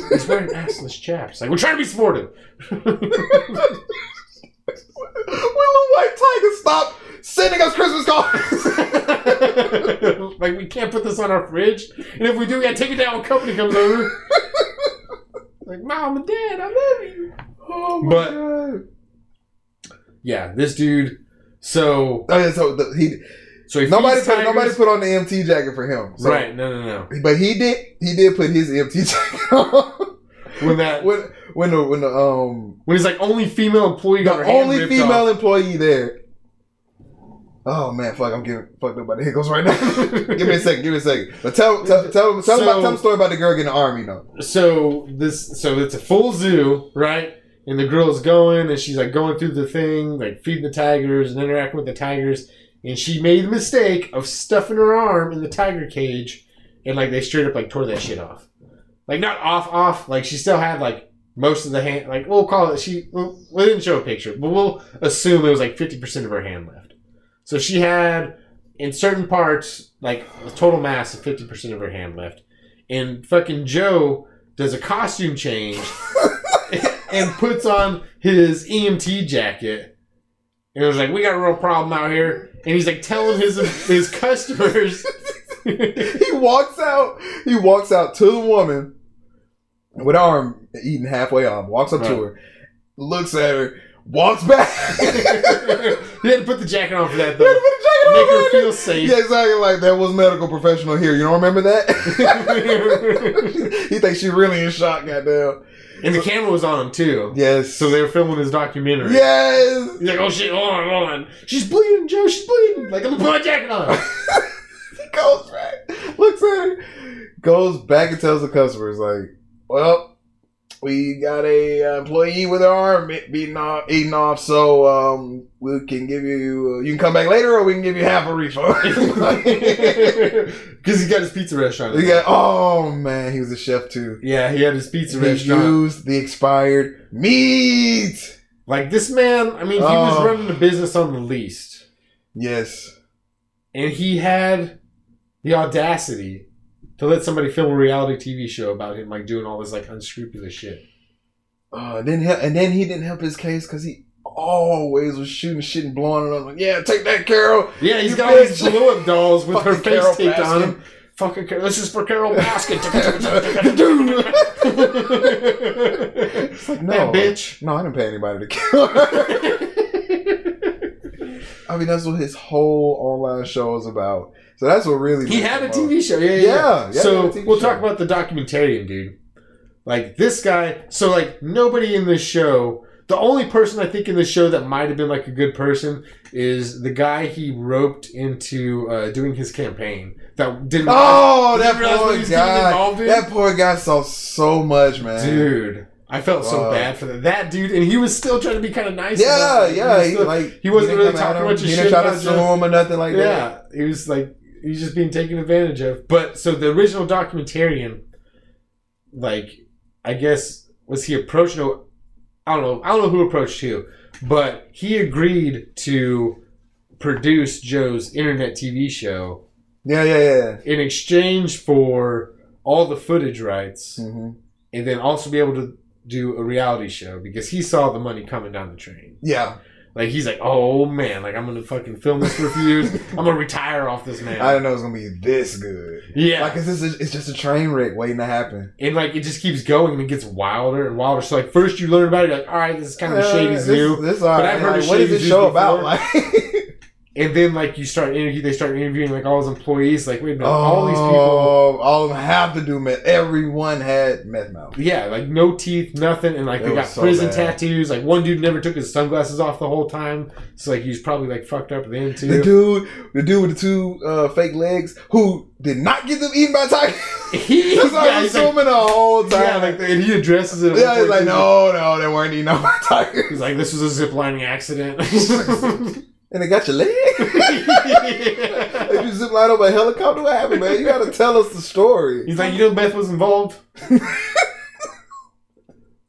He's wearing assless chaps. Like we're trying to be supportive.
Will the white tiger stop sending us Christmas cards?
like we can't put this on our fridge, and if we do, we gotta take it down when company comes over. like mom and dad, I love you.
oh my
But-
god!
Yeah, this dude. So
Oh, yeah, so the, he
so he
nobody
feeds
put,
tigers-
nobody put on the MT jacket for him. So-
right. No, no, no.
But he did he did put his MT jacket on
When that when,
when when the when the um
he's like only female employee got
the
her hand
only
ripped
female
off.
employee there. Oh man, fuck! I'm getting fucked up by the hickles right now. give me a second. Give me a second. But tell tell tell tell, about,
So-
tell the story about the girl getting the army though.
So this so it's a full zoo right. And the girl's going, and she's like going through the thing, like feeding the tigers and interacting with the tigers. And she made the mistake of stuffing her arm in the tiger cage, and like they straight up like tore that shit off, like not off off. Like she still had like most of the hand. Like we'll call it. She well, we didn't show a picture, but we'll assume it was like fifty percent of her hand left. So she had in certain parts like a total mass of fifty percent of her hand left. And fucking Joe does a costume change and puts on his EMT jacket. And it was like, we got a real problem out here. And he's like telling his his customers
He walks out. He walks out to the woman with her arm eating halfway off. Walks up to
Right.
her, looks at her, walks back.
he had to put the jacket on for that though. Make her
yeah,
feel safe.
exactly. Like that was medical professional here. You don't remember that? he thinks she really in shock. Goddamn.
And the camera was on him too.
Yes.
So they were filming his documentary.
Yes.
He's like, oh shit, hold on, hold on. She's bleeding, Joe, she's bleeding. Like, I'm gonna put my jacket on.
goes back, looks at her, goes back and tells the customers like, "Well, we got a uh, employee with her arm be- beaten off, eaten off, so um, we can give you. Uh, you can come back later, or we can give you half a refund." Like,
Because he got his pizza restaurant.
we got- oh man, he was a chef too.
yeah, he had his pizza
He
restaurant.
used the expired meat.
Like, this man, I mean, he was
Oh.
running the business on the least.
Yes.
And he had the audacity to let somebody film a reality TV show about him, like, doing all this, like, unscrupulous shit.
Uh, then he, and then he didn't help his case because he always was shooting shit and blowing it up. Like, yeah, take that, Carol.
Yeah, he's
You
got all these
bitch.
blow up dolls with her
Fucking
face
Carol
taped on
Baskin.
him. Fucking Carol. This is for Carol Baskin.
It's like, no.
That bitch.
No, I didn't pay anybody to kill her. I mean, that's what his whole online show is about. So that's what really.
he had a TV show. Yeah, yeah. yeah.
Yeah, yeah, he
so
had a TV
we'll
show.
talk about the documentarian, dude. Like this guy. So like nobody in this show. The only person I think in the show that might have been like a good person is the guy he roped into uh, doing his campaign that didn't.
Oh,
Did
that
you realize what
poor
he's getting
guy.
involved in?
That poor guy saw so much, man.
dude, I felt so
Wow.
bad for that. That dude, and he was still trying to be kind of nice.
Yeah,
about it. He
yeah.
was
He,
still-
like
he wasn't
didn't
really
come at
talking
him.
much
He
shit
didn't try to
about
sue
Jeff.
him or nothing like that.
yeah, he was like he's just being taken advantage of. But so the original documentarian, like I guess was he approached? No, I don't know. I don't know who approached who, but he agreed to produce Joe's internet TV show
Yeah, yeah, yeah.
in exchange for all the footage rights,
hmm
and then also be able to do a reality show because he saw the money coming down the train.
Yeah.
Like he's like, oh man, like I'm gonna fucking film this for a few years. I'm gonna retire off this man.
I didn't know it was gonna be this good.
yeah,
Like, it's just, it's just a train wreck waiting to happen.
and like it just keeps going and it gets wilder and wilder. So like first you learn about it, you're like all right, this is kind of a shady
Uh,
zoo,
This, this all
But
right.
I've heard
Like,
of
what is
shady
this
zoos
show about?
before.
Like,
and then like you start interview, they start interviewing like all his employees. Like wait a minute, all these people,
Oh, all of them have to do meth. Everyone had meth mouth.
yeah, like no teeth, nothing, and like
It
they got
was so
prison
bad.
tattoos. Like one dude never took his sunglasses off the whole time, so like he's probably like fucked up then
The
too.
dude, the dude with the two uh, fake legs, who did not get them eaten by tigers.
He,
That's what I
yeah,
was
he's like,
assuming the whole time.
yeah, like and he addresses it. at
Yeah,
one
he's
point,
like, no, no, they weren't eating no more tigers.
He's like, this was a ziplining accident.
And they got your leg? If you zip line over a helicopter, what happened, man? You gotta tell us the story.
He's like, you know, Beth was involved.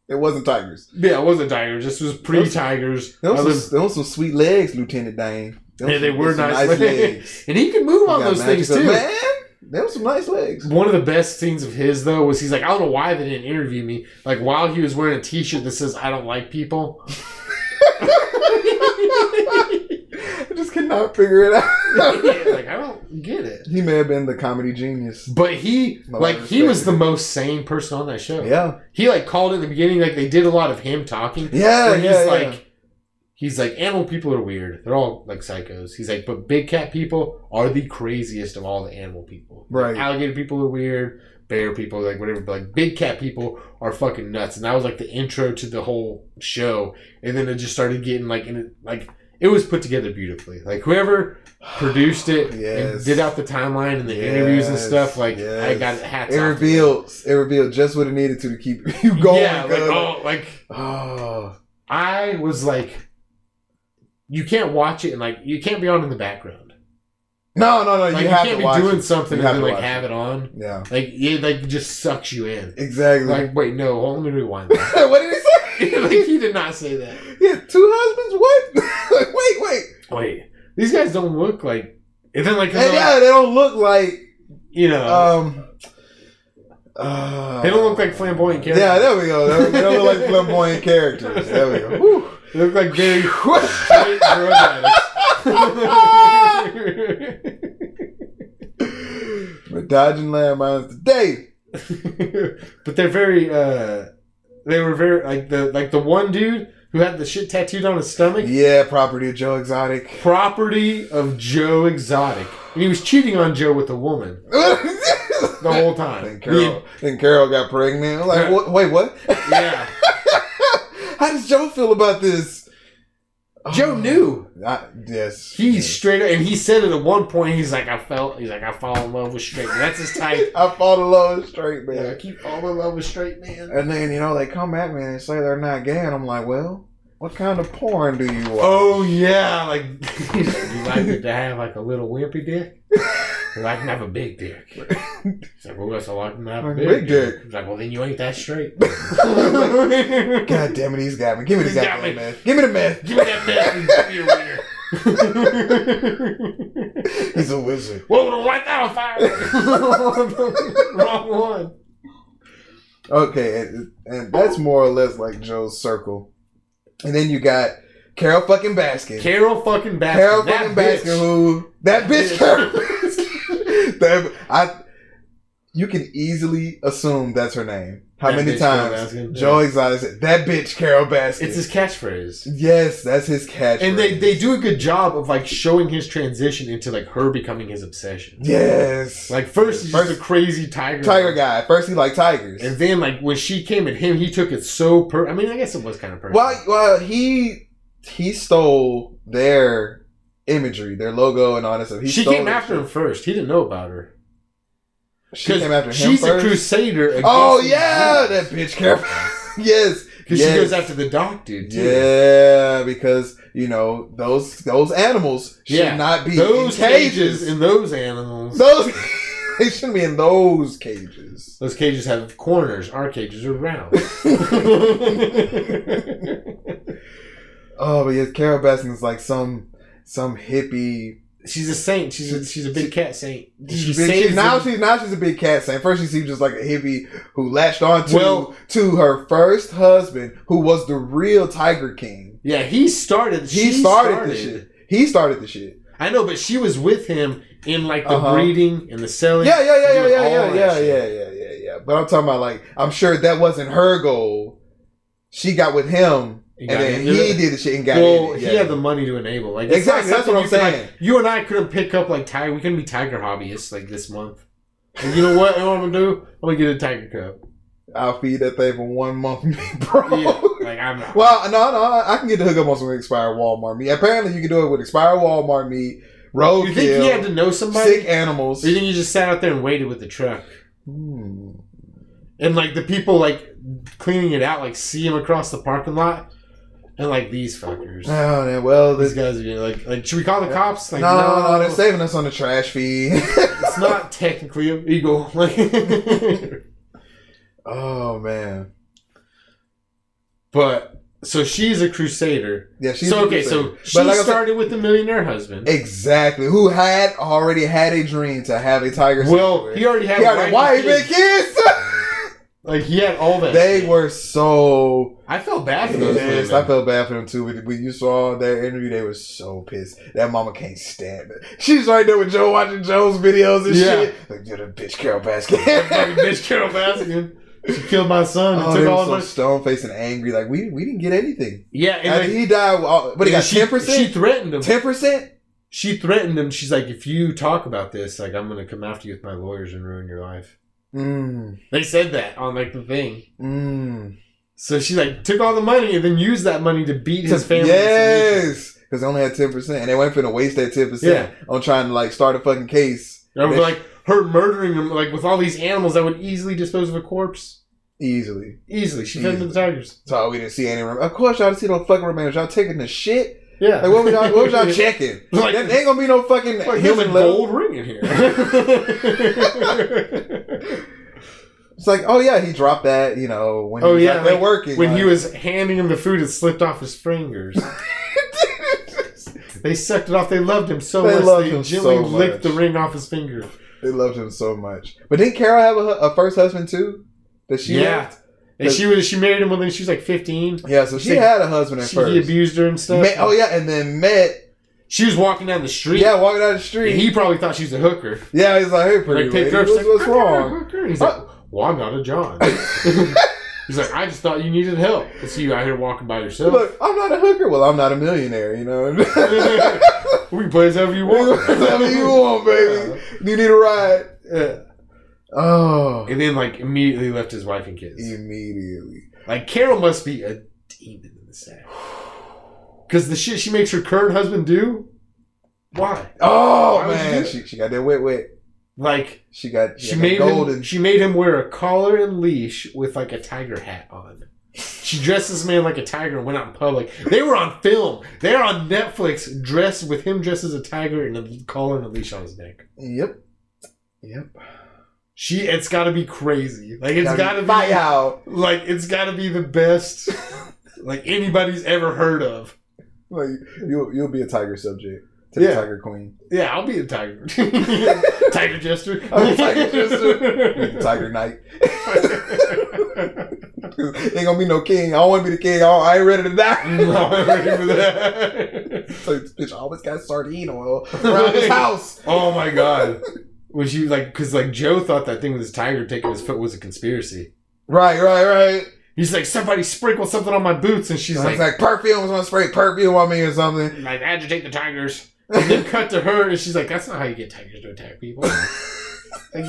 It wasn't tigers.
Yeah, it was a tiger. Just was pre tigers.
Them some, them some sweet legs, Lieutenant Dane. Them
Yeah, they
some-
were
some
nice legs. And he could
You
move on
got
those
magic
things too.
Man, them some nice legs.
One of the best scenes of his though was he's like, I don't know why they didn't interview me. Like while he was wearing a T-shirt that says "I don't like people."
I just cannot figure it out.
like I don't get it.
he may have been the comedy genius.
But he,
No, I
like, he was the
respect
most sane person on that show.
Yeah.
He like called it in the beginning. Like they did a lot of him talking.
Yeah,
where he's
yeah,
like,
yeah.
he's like, animal people are weird. They're all like psychos. He's like, but big cat people are the craziest of all the animal people.
Right.
Alligator people are weird. Bear people, like whatever, but like big cat people are fucking nuts. And that was like the intro to the whole show. And then it just started getting like, and it, like it was put together beautifully. Like whoever produced it and
Yes.
did out the timeline and the interviews and
Yes,
stuff, like I
yes.
got hats
It
off.
revealed, it revealed just what it needed to to keep you going.
yeah, like,
cuz.
oh, like
oh.
I was like, you can't watch it and like you can't be on in the background.
No, no, no.
Like you,
you have
can't
to
be
watch
doing
it.
something
You have
and then
to
like
watch
have it on.
Yeah.
Like it like just sucks you in.
Exactly.
Like wait no, hold on, let me rewind. That.
what did he say?
like he did not say that.
yeah, two husbands? What? like, wait, wait.
Wait, these guys don't look like. And then like,
And yeah, they don't look like
you know,
um. uh,
They don't look like flamboyant characters.
Yeah, there we go. They- They don't look like flamboyant characters. There we go. Whew.
they look like very straight drug addicts.
We're dodging landmines today.
but they're very uh they were very like the like the one dude who had the shit tattooed on his stomach
Yeah, property of Joe Exotic.
property of joe exotic and he was cheating on joe with a woman the whole time
Then Carol, then Carol got pregnant. I'm like, what, wait, what?
yeah
How does Joe feel about this? Oh.
joe knew
I, yes,
he's straight up and he said it at one point he's like i felt he's like i fall in love with straight men. that's his type
I fall in love with straight man.
yeah, I keep falling in love with straight man
And then, you know, they come at me and they say they're not gay. And I'm like, well, what kind of porn do you watch?
Oh yeah, like you like it to have like a little wimpy dick. You like to have a big dick. He's like, well, that's a lot to have a
Like,
big,
big
dick.
dick.
He's like, well, then you ain't that straight.
God damn it, he's got me. Give me the
He's got
goddamn
me.
meth. Give me the meth.
Give me that mess and give me a winner.
He's a wizard.
Whoa, we'll light that on fire. Wrong one.
Okay, and, and that's more or less like Joe's circle. And then you got Carol fucking Baskin.
Carol fucking Baskin.
Carol
that
fucking
bitch.
Baskin, who that bitch,
bitch.
Carol Baskin. That- I, you can easily assume that's her name. How
That
many
bitch, Carol
times
Baskin, yeah.
Joe Exotic said that bitch Carol Baskin?
It's his catchphrase.
yes, that's his catch.
And they, they do a good job of like showing his transition into like her becoming his obsession.
yes,
Like first he's
First-
just a crazy tiger.
tiger guy. First he liked tigers.
And then like when she came at him, he took it so per I mean, I guess it was kind of personal.
Well, well, he he stole their imagery, their logo, and all that stuff. He
she
stole
came
it.
after him first. He didn't know about her.
She came after him
She's
first.
a crusader against
oh
these
yeah, that
dudes.
bitch Carol. yes,
Because
yes.
she goes after the doc dude too.
Yeah, because you know those those animals should
Yeah.
not be
Those
in cages.
cages and those animals.
those they shouldn't be in those cages.
Those cages have corners. Our cages are round.
Oh, but yes, Carol Baskin is like some some hippie
She's a saint. She's a, she's a big
She-
cat saint. She
She's big-
saves
she's, now
them.
she's now she's a big cat saint. First she seemed just like a hippie who latched on to
Well-
to her first husband, who was the real Tiger King.
Yeah, he started.
He
she
started, the shit. He started the shit.
I know, but she was with him in like the
Uh-huh.
breeding and the selling.
Yeah, yeah, yeah, yeah,
doing
yeah,
all
yeah,
that
yeah, yeah,
shit.
yeah, yeah, yeah. But I'm talking about like I'm sure that wasn't her goal. She got with him, and,
And got
then
into
he
it.
did the shit and got
Well,
in it.
he
Yeah.
had the money to enable. Like it's
Exactly,
not
that's what I'm
something you could,
saying.
Like, you and I couldn't pick up like tiger. We couldn't be tiger hobbyists like this month. And you know what? You know what I'm gonna do? I'm gonna get a tiger cub.
I'll feed that thing for one month, bro.
Yeah, like I'm not.
Well, no, no, I- I can get the hook up on some expired Walmart meat. Apparently, you can do it with expired Walmart meat,
you think he had
roadkill,
to know somebody?
sick animals.
Or you think you just sat out there and waited with the truck?
Hmm.
And like the people like cleaning it out, like see him across the parking lot, and like these fuckers.
Oh, man, well,
These
this,
guys are gonna, like, like, should we call the cops? Like,
no, no, no, they're saving us on the trash fee.
it's not technically illegal. Like,
oh man,
but so she's a crusader.
yeah, she's
so
a
okay,
crusader.
so she
but like I said,
started with the millionaire husband.
exactly who had already had a dream to have a tiger.
Well,
sanctuary.
he already had,
he had a wife and
kids.
kids.
Like he had all that.
they
shit.
were so
I felt bad for those
Yes,
women.
I felt bad for them too. But when you saw their interview, they were so pissed. That mama can't stand it. She's right there with Joe watching Joe's videos and
Yeah.
shit. Like, you're the bitch Carol Baskin.
Fucking bitch, Carol Baskin. She killed my son and
oh, they
took all
were
of
so
my.
stone faced and angry. Like, we we didn't get anything.
Yeah, and
And
like,
he died. with all- But he got
she,
ten
She
percent.
threatened him.
Ten percent.
She threatened him. She's like, if you talk about this, like I'm gonna come after you with my lawyers and ruin your life.
Mm,
They said that on like the thing.
mm.
So she like took all the money and then used that money to beat his family. into
Yes, because they only had ten percent, and they weren't finna waste that ten percent on trying to like start a fucking case
submission. And like her murdering him, like with all these animals that would easily dispose of a corpse.
easily.
Easily, she fed them
Easily.
the tigers.
So we didn't see any. Of course, y'all didn't see no fucking remains. Y'all taking the shit.
Yeah,
Like what was y'all, what was y'all checking?
Like-
there ain't gonna be no fucking
Like, there's a
human level.
gold ring in here.
It's like, oh yeah, he dropped that. You know, when
Oh,
he was
yeah,
out there
like,
working.
when
like,
he was handing him the food, it slipped off his fingers. They sucked it off. They loved him so
They
much.
loved
they
him
gently
so
licked
much.
the ring off his finger.
they loved him so much. But didn't Carol have a, hu- a first husband too? That she
Yeah.
left?
And she was she married him when she was like fifteen.
yeah. So she
She-
had a husband at
She, he
first.
abused her and stuff.
Met, oh yeah, and then met.
She was walking down the street.
Yeah, walking down the street.
And he probably thought she was a hooker.
yeah, he's like, hey, pretty
Like picked
lady,
her up.
what's,
she's like,
what's
"I'm not a
wrong?
hooker." And He's like, well, I'm not a John. he's like, I just thought you needed help. It's you out here walking by yourself.
Look, I'm not a hooker. Well, I'm not a millionaire. You know.
we can play this however you want.
Whatever you want, baby. You need a ride.
Yeah.
Oh,
And then like immediately left his wife and kids.
immediately.
Like Carol must be a demon in the sack. Cause the shit she makes her current husband do, why?
Oh
Why would you
man,
do
she, she got that wet wet.
Like
She got
she made
golden.
him she made him wear a collar and leash with like a tiger hat on. She dressed this man like a tiger and went out in public. They were on film. They're on Netflix dressed with him dressed as a tiger and a collar and a leash on his neck.
Yep, yep.
She it's gotta be crazy. Like it's gotta,
fire
be
out.
like it's gotta be the best like anybody's ever heard of.
Like you'll you'll be a tiger subject to the
Yeah.
tiger queen,
Yeah, I'll be a tiger. tiger jester.
I'm a tiger jester. tiger knight. ain't gonna be no king. I don't want to be the king. I, don't- I ain't ready to die.
no, I'm ready for that.
It's like, this bitch always got sardine oil around his house.
Oh my god. Was you like, because like Joe thought that thing with his tiger taking his foot was a conspiracy.
Right, right, right.
He's like, somebody sprinkled something on my boots, and she's
She's
like,
like, perfume. I'm gonna spray perfume on me or something.
like agitate the tigers. And then cut to her, and she's like, that's not how you get tigers to attack people. like,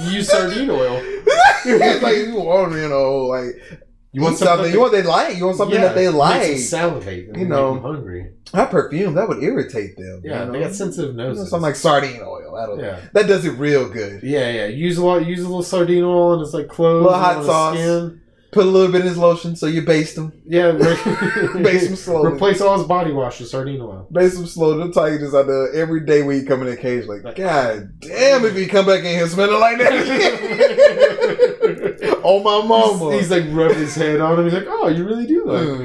you use sardine oil.
it's like you want you know like
You want
eat something.
something-
You want they like. You want something
Yeah,
that they
makes
like.
them salivate. and
You
make
know.
them hungry.
Not perfume. That would irritate them.
Yeah,
you
they
know?
got sensitive
You know,
noses.
something like sardine oil. I don't know.
yeah.
That does it real good.
Yeah, yeah. Use a lot. Use a little sardine oil and it's like clothes.
Little
and
hot
on the
sauce.
Skin.
Put a little bit in his lotion, so you baste him.
Yeah.
Baste him
re-
slowly.
replace all his body wash with sardine oil.
Baste him slowly. Them tigers out there every day when you come in the cage. Like, God damn, if you come back in here smelling like that.
he's,
oh my mama.
he's like rubbing his head on him. He's like, "Oh, you really do like me."
Mm,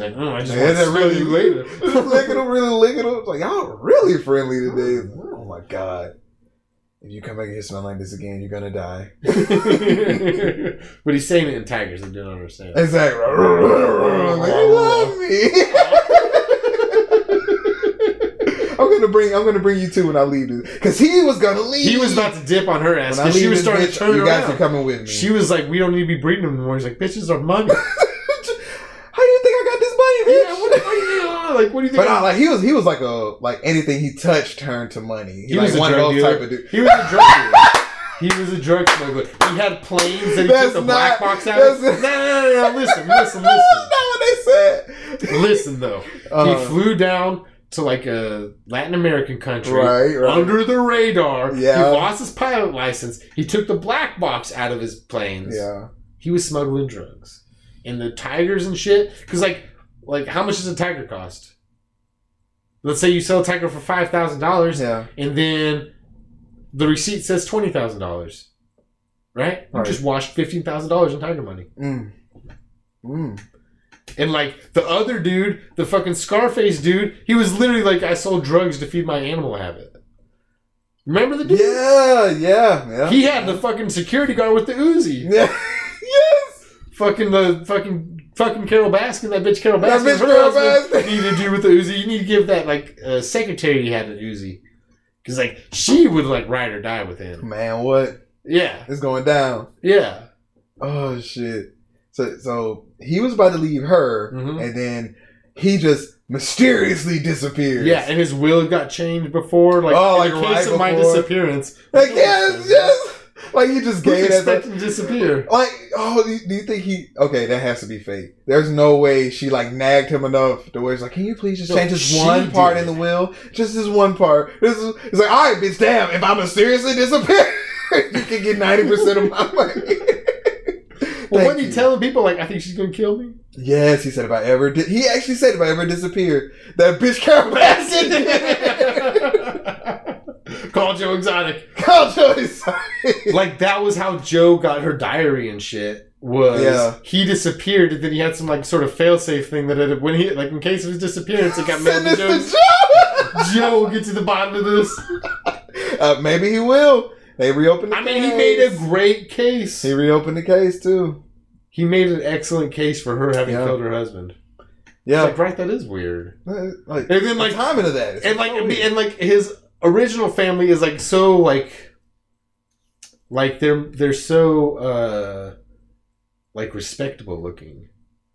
mm.
like, "Oh, I just
Yeah,
want to
that
really
really-
you later."
Just licking him, really licking him. It's Like y'all really friendly today. Oh
I don't
my god, if you come back here smelling like this again, you're gonna die.
but he's saying it in tigers. I don't understand.
Exactly. Like, you love me. I'm gonna bring I'm gonna bring you two when I leave this because he was gonna leave.
He was about to dip on her ass
When I
because she
leave this
was starting to
bitch,
turn
You guys are
around.
coming with me.
She was like, "We don't need to be breeding them anymore." He's like, "Bitches are money."
How do you think I got this money, bitch?
yeah, what the fuck? Yeah, Like, what do you think?
But uh, no, like he was he was like a like anything he touched turned to money.
He
like
was a
one
drug
of those
dealer.
type of dude.
He was a drug dealer. He was a drug smuggler. He had planes that he
That's
took the
not-
black box out of. No, no,
that's-
no, no. Listen, listen,
That's
listen.
not what they said.
Listen, though.
Uh,
he flew down to like a Latin American country.
right, right.
Under the radar. He
Yeah.
lost his pilot license. He took the black box out of his planes.
yeah,
He was smuggling drugs. And the tigers and shit. Because, like, like, how much does a tiger cost? Let's say you sell a tiger for $5,000
yeah.
and then the receipt says twenty thousand dollars. Right? You
Right.
just washed fifteen thousand dollars in tiger money.
Mm. Mm.
And like the other dude, the fucking Scarface dude, he was literally like, I sold drugs to feed my animal habit. Remember the dude?
Yeah, yeah, yeah.
He had the fucking security guard with the Uzi.
yeah. yes.
Fucking the fucking fucking Carol Baskin, that bitch Carol
That
Baskin.
bitch
her
Carol
husband
Baskin.
Needed to do with the Uzi. You need to give that like uh, secretary he had an Uzi. Cause like she would like ride or die with him.
Man, what?
Yeah.
It's going down.
Yeah.
Oh shit. So so he was about to leave her,
Mhm.
and then he just mysteriously disappears.
Yeah, and his will got changed before, like,
Oh, like
in the case
right
of my
before.
disappearance.
Like yes, yes. Like he just
Who's
gave that.
expecting to disappear?
Like, oh, do you, do you think he? Okay, that has to be fake. There's no way she like nagged him enough to where it's like, can you please just
No,
change this
she
one
did
part
it.
in the will? Just this one part. This is. It's like, all right, bitch, damn. If I'm mysteriously disappear, you can get ninety percent of my money.
Well,
Thank
wasn't he
you.
telling people, like, I think she's gonna kill me?
Yes, he said if I ever did. He actually said if I ever disappeared, that bitch Carol Baskin.
Call Joe Exotic.
Call Joyce.
Like, that was how Joe got her diary and shit. Was
Yeah.
he disappeared and then he had some like sort of failsafe thing that it, when he like in case of his disappearance it got mailed
Send
to
this
Joe.
to Joe.
Joe will get to the bottom of this.
Uh, maybe he will. They reopened. The
I mean, he
case.
made a great case.
He reopened the case too.
He made an excellent case for her having
Yeah.
killed her husband.
Yeah,
Like, right, that is weird.
Uh, like
And then
the
like
timing of that. is
and like
so weird.
and like his original family is like so like like they're they're so uh like respectable looking.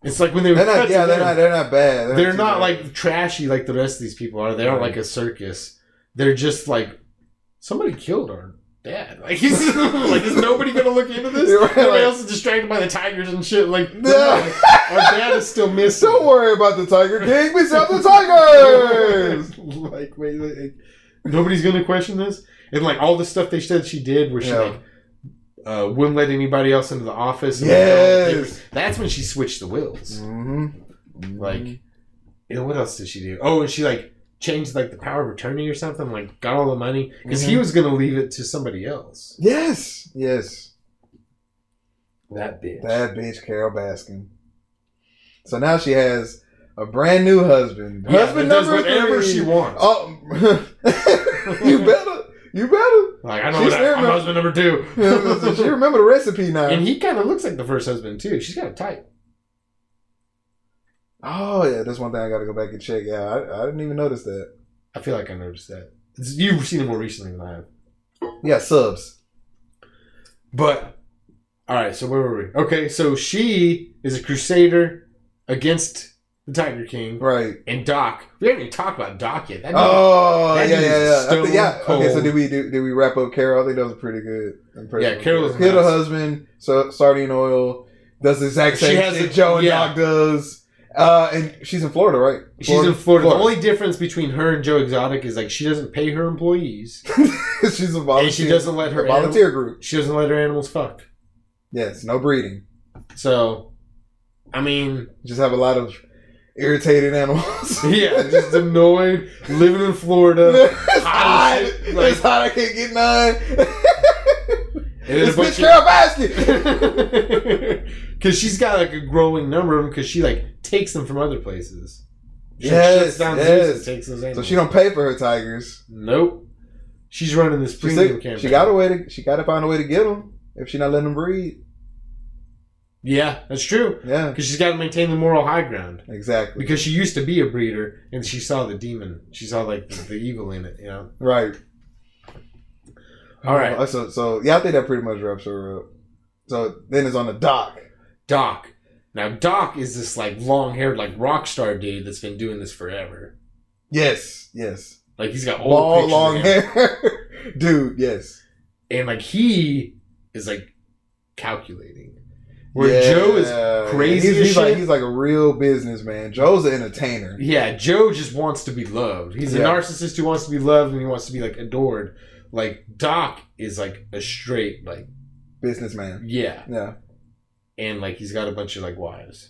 It's like when they were
they're
cut
not,
to
yeah, they're
them,
not. They're not bad.
they're
too
not,
bad.
like trashy like the rest of these people are. They aren't
Right.
like a circus. They're just like somebody killed our dad. Like he's like is nobody gonna look into this?
You're right,
Everybody
like-
else is distracted by the tigers and shit. Like
No.
our dad is still missing.
Don't worry about the Tiger King. We sell the Tigers.
like, wait, like, like, nobody's gonna question this, and like all the stuff they said she did, where she
Yeah.
like uh, wouldn't let anybody else into the office. and, like, all the papers.
yes.
that's when she switched the wills.
Mm-hmm.
Like, and what else did she do? Oh, and she like changed like the power of attorney or something. Like, got all the money because he
Mhm.
was gonna leave it to somebody else.
yes, yes.
That bitch.
That bitch Carol Baskin. So now she has a brand new husband.
Yeah,
husband
that does
number
whatever
three.
she wants.
Oh, you better. You better.
like, I know
she's
what I, I'm
never-
husband number two.
she remember the recipe now.
and he kind of looks like the first husband too. She's got a type.
oh yeah, that's one thing I got to go back and check. Yeah, I, I didn't even notice that.
I feel like I noticed that. It's- you've seen it more recently than I have.
Yeah, subs.
But all right, so where were we? Okay, so she is a crusader against the Tiger King
Right.
and Doc. We haven't even talked about Doc yet. That
Oh
that
yeah,
dude
yeah,
is
yeah. I
stone
think- yeah. Okay, so
cold.
did we do, did we wrap up Carol? I think that was pretty good. impression.
Yeah, Carol was
Kill the
nuts.
husband. So sardine oil does the exact
She
same
has
shit
a-
Joe and
yeah.
Doc does. Uh, and she's in Florida, right?
she's in Florida. The only difference between her and Joe Exotic is like she doesn't pay her employees
she's a volunteer.
and she doesn't let her
a
volunteer.
volunteer group.
she doesn't let her animals fuck.
Yes, no breeding.
So, I mean,
Just have a lot of irritated animals.
yeah, just annoyed living in Florida.
it's hot.
hot as shit, like-
it's hot. I can't get none.
And then a
it's bitch
bunch of-
Carol Basket.
Because she's got like a growing number of them because she like takes them from other places. She
Yes,
shuts down zoos
yes.
and takes those
so
animals.
she don't pay for her tigers.
Nope. She's running this
She,
premium
sick.
campaign.
she got a way to. She got to find a way to get them. If she not letting them breed,
Yeah, that's true.
yeah,
Because she's got to maintain the moral high ground.
exactly.
Because she used to be a breeder, and she saw the demon. She saw like the, the evil in it. You know.
Right. Uh,
All right,
So, so yeah, I think that pretty much wraps her up. So then it's on the dock.
Doc. Now Doc is this like long-haired like rock star dude that's been doing this forever.
Yes, yes.
Like he's got old
All
pictures of
long
him.
hair, dude. Yes.
and like he is like calculating. Where Joe is, crazy
He's,
as
he's like
shit.
he's like a real businessman. Joe's an entertainer.
yeah, Joe just wants to be loved. He's a
Yeah.
narcissist who wants to be loved and he wants to be like adored. Like Doc is like a straight like
Businessman.
yeah,
Yeah.
and like he's got a bunch of like wives.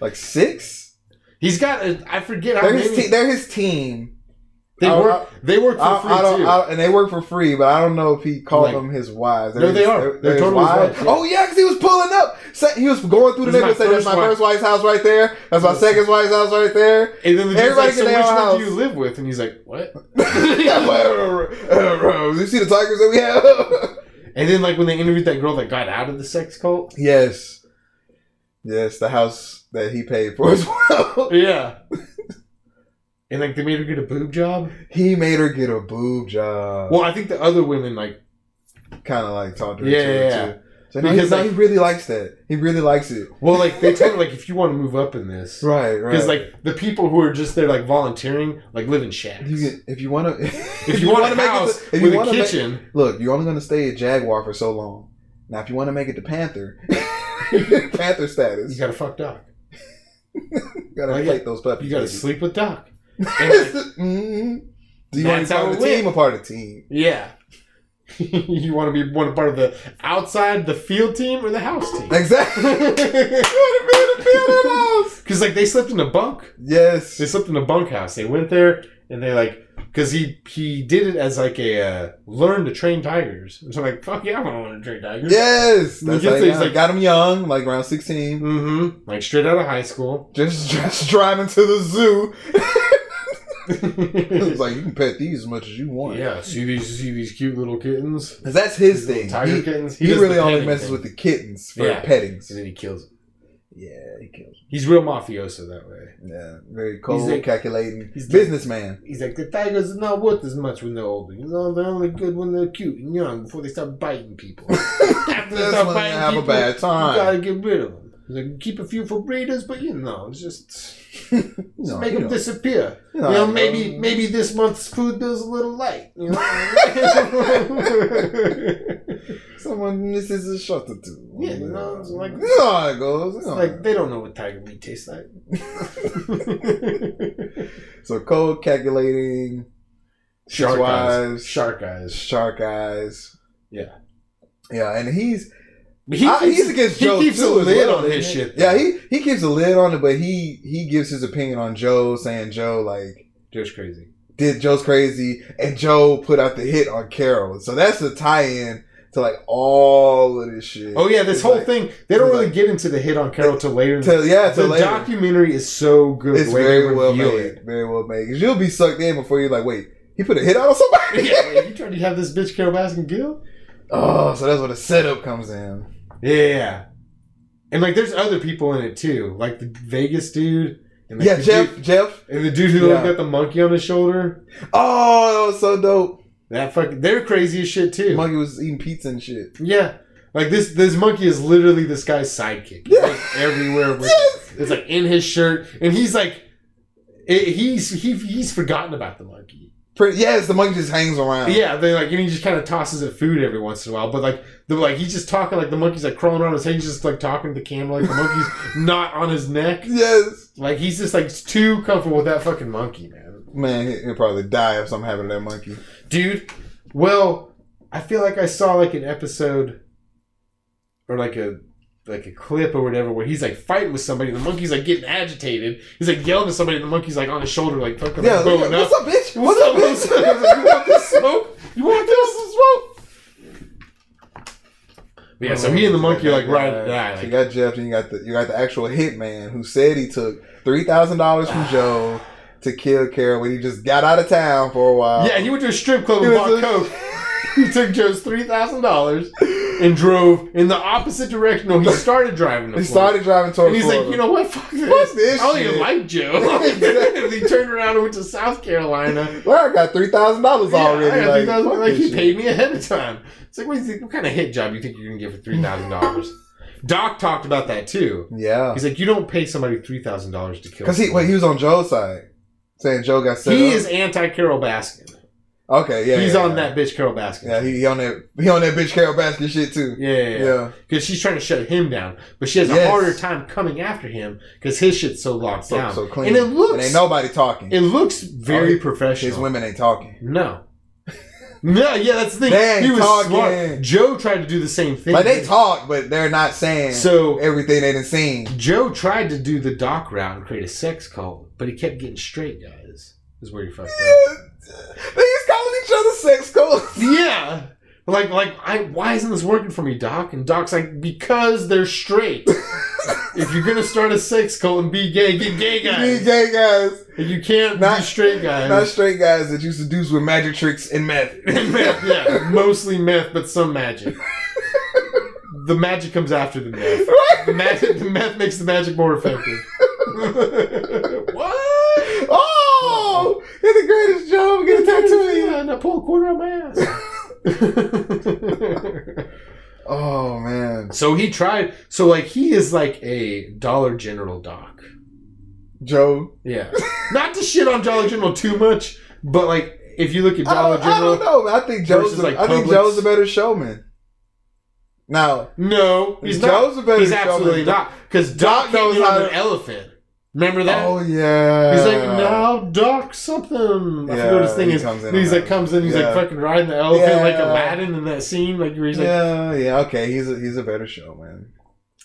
like six.
He's got a I forget how
They're
many
his, te- they're his team.
they
I-
work they work for
I,
free
I don't,
too.
I don't- and they work for free, but I don't know if he called
Like-
them his wives.
No, they are. They're
his
totally his
wives.
wives, yeah.
Oh yeah, because he was pulling up. Sa- He was going through the
This is
neighborhood.
my
Saying that's my
first wife."
first wife's house right there. That's my second wife's house right there.
and then the dude's
everybody
like, so
get
which
their
one
own
do you
house."
live with? And he's like, what?
you see the tigers that we have?
And then like when they interviewed that girl that got out of the sex cult.
yes, yes, the house that he paid for as well.
Yeah. and like they made her get a boob job.
He made her get a boob job.
Well, I think the other women like
kind of like talked her
Yeah,
into
yeah,
it
yeah.
too. So now
Because,
he, now
like-
he really likes that. He really likes it.
well, like they told her like if you want to move up in this,
Right, right.
because like the people who are just there like volunteering like live in shacks.
You can, if you want to,
if you, want a
make it,
house
to, if you
with a
want to make,
kitchen,
look, you're only going to stay a jaguar for so long. Now, if you want to make it to panther, panther
you
status,
gotta fuck Doc.
you gotta
Like,
inflate those puppies.
You gotta
baby.
sleep with Doc. And,
Mhm. Do you want
That's
to be
how
part of
it
the
went.
team or part of the team?
yeah. you want to be one part of the outside the field team or the house team?
Exactly. You wanna be in the field or not?
Because like they slept in a bunk. They
Yes.
slept in a bunkhouse. They went there and they like because he he did it as like a uh, learn to train tigers. And so like fuck yeah, I want to learn to train tigers.
Yes.
You
That's
get
how
to-
you
he's
got,
like-
got him young, like around 16.
Mm-hmm. Like straight out of high school.
Just, just driving to the zoo. It's
yeah.
like, you can pet these as much as you want.
See these see these cute little kittens.
'Cause that's his
These little
thing.
Tiger
He-
kittens.
He,
does
really
the
only
petting
messes
thing.
with the kittings for
Yeah.
pettings.
And then he kills. Them.
Yeah, he kills.
He's real mafioso that way.
Yeah, very cold,
like-
calculating
he's like-
businessman.
He's like the tigers are not worth as much when they're older. You know they're only good when they're cute and young before they start biting people. After they
That's
start
when they
biting
have a
people,
bad
You
time.
gotta get rid of them. Like, keep a few for breeders, but you know, it's just
You know,
make
you
them
know,
disappear.
you
You know,
know,
maybe
you know.
maybe this month's food bill's a little light. You know,
someone misses a shot or two.
Yeah, you know, it's like-
you know how it goes. you
It's
know.
like they don't know what tiger meat tastes like.
so cold, calculating,
Shark eyes,
wives,
shark eyes.
shark eyes.
Yeah.
yeah, and he's
He
I-
keeps-
he's against
he
Joe
keeps
too,
Ah, a
as
lid
well,
on his
isn't he?
shit.
Yeah, he he keeps a lid on it, but he he gives his opinion on Joe, saying Joe like
just crazy.
did Joe's Crazy, and Joe put out the hit on Carol. So that's the tie-in to like all of this shit.
Oh yeah, this
It's
whole
like-
thing. They don't
it's
really
like-
get into the hit on Carol till later. in the-
to, yeah, to
the
later.
documentary is so good.
it's
the way
very
they
well
reveal
made,
it.
very well made. Because you'll be sucked in before you're like, wait, he put a hit out on somebody.
yeah, wait, you trying to have this bitch Carol Baskin killed?
oh, so that's where the setup comes in.
Yeah. And like there's other people in it too. Like the Vegas dude and like,
yeah,
the
Jeff,
dude,
Jeff.
and the dude who
Yeah.
got the monkey on his shoulder.
Oh, that was so dope.
That fucking they're crazy as shit too.
Monkey was eating pizza and shit.
yeah. Like this this monkey is literally this guy's sidekick. He's, like, everywhere with
Yes.
it's like in his shirt and he's like it, he's he, he's forgotten about the monkey.
Pretty, yes, the monkey just hangs around.
Yeah, they like and he just kind of tosses it food every once in a while, but like the like he's just talking like the monkey's like crawling around his head, he's just like talking to the camera like the monkey's not on his neck.
Yes.
Like he's just like too comfortable with that fucking monkey, man.
Man, he- he'll probably die if something happened to that monkey.
Dude, well, I feel like I saw like an episode or like a like a clip or whatever where he's like fighting with somebody and the monkey's like getting agitated. He's like yelling at somebody and the monkey's like on his shoulder like fucking
Yeah,
like, going up.
what's up, bitch? What's up,
What's up? you want
bitch?
this smoke? You want this smoke? But yeah, so he and the monkey are like right yeah,
So you
like,
got Jeff, and you got the you got the actual hitman who said he took three thousand dollars from Joe to kill Carol when he just got out of town for a while.
Yeah, he went to a strip club
He
and bought
was a-
coke. He took Joe's three thousand dollars and drove in the opposite direction. No, he started driving. to
He
Florida.
started driving towards.
And he's like,
Florida.
you know what? Fuck this.
Fuck this
I don't even
shit."
like Joe. and he turned around and went to South Carolina.
Well, I got three thousand dollars
Yeah,
already.
I got
like,
$3,000.
fuck
Like,
this
he
shit.
paid me ahead of time. It's like, what, do you think, what kind of hit job you think you're gonna get for three thousand dollars? Doc talked about that too.
Yeah,
He's like, you don't pay somebody three thousand dollars to kill.
because he
someone.
wait, he was on Joe's side, saying Joe got set
he
up.
is anti Carol Baskin.
okay. uh, Yeah,
he's
yeah,
on
yeah.
that bitch Carol Baskin.
Yeah, he, he on that he on that bitch Carol Baskin shit too.
yeah, yeah, yeah.
Yeah,
because she's trying to shut him down, but she has a
Yes.
harder time coming after him because his shit's so locked
so,
down.
so clean.
And it looks,
ain't nobody talking.
it looks very
Oh,
professional.
His women ain't talking.
no, no, yeah, that's the thing.
They ain't
he was
talking.
smart. Joe tried to do the same thing.
Like they talk, but they're not saying
So-
everything they done seen.
Joe tried to do the doc route and create a sex cult, but he kept getting straight guys. Is where he fucked up.
They just calling each other sex cults.
yeah. Like, like, I, why isn't this working for me, Doc? And Doc's like, because they're straight. if you're gonna start a sex cult and be gay, get gay guys.
These gay guys,
And you can't
Not-
be straight guys.
not straight guys that you seduce with magic tricks and meth.
Meth, yeah, mostly meth, but some magic. the magic comes after the meth. The, magic, the meth makes the magic more effective. what?
Oh, you're the greatest job. I'm gonna tattoo you.
Yeah, and I pull a quarter on my ass.
Oh man,
so he tried. So like he is like a Dollar General doc.
Joe.
Yeah, not to shit on Dollar General too much, but like if you look at
I
Dollar
don't, I don't
General,
know. I think Joe's.
versus,
a-
like,
I think
Publix.
Joe's a better showman. Now,
no, he's not.
Joe's a better
He's
showman.
absolutely not. Because
Doc
Doc came
knows
in
how
on
to-
an elephant. Remember that?
Oh yeah.
He's like, now Doc something. I forgot what his
Yeah,
thing
he
is.
comes in
And he's
on
like,
that.
comes in, he's
Yeah.
like fucking riding the elephant like
Yeah.
Aladdin in that scene, like where he's like,
yeah, yeah. Okay, he's a, he's a better showman.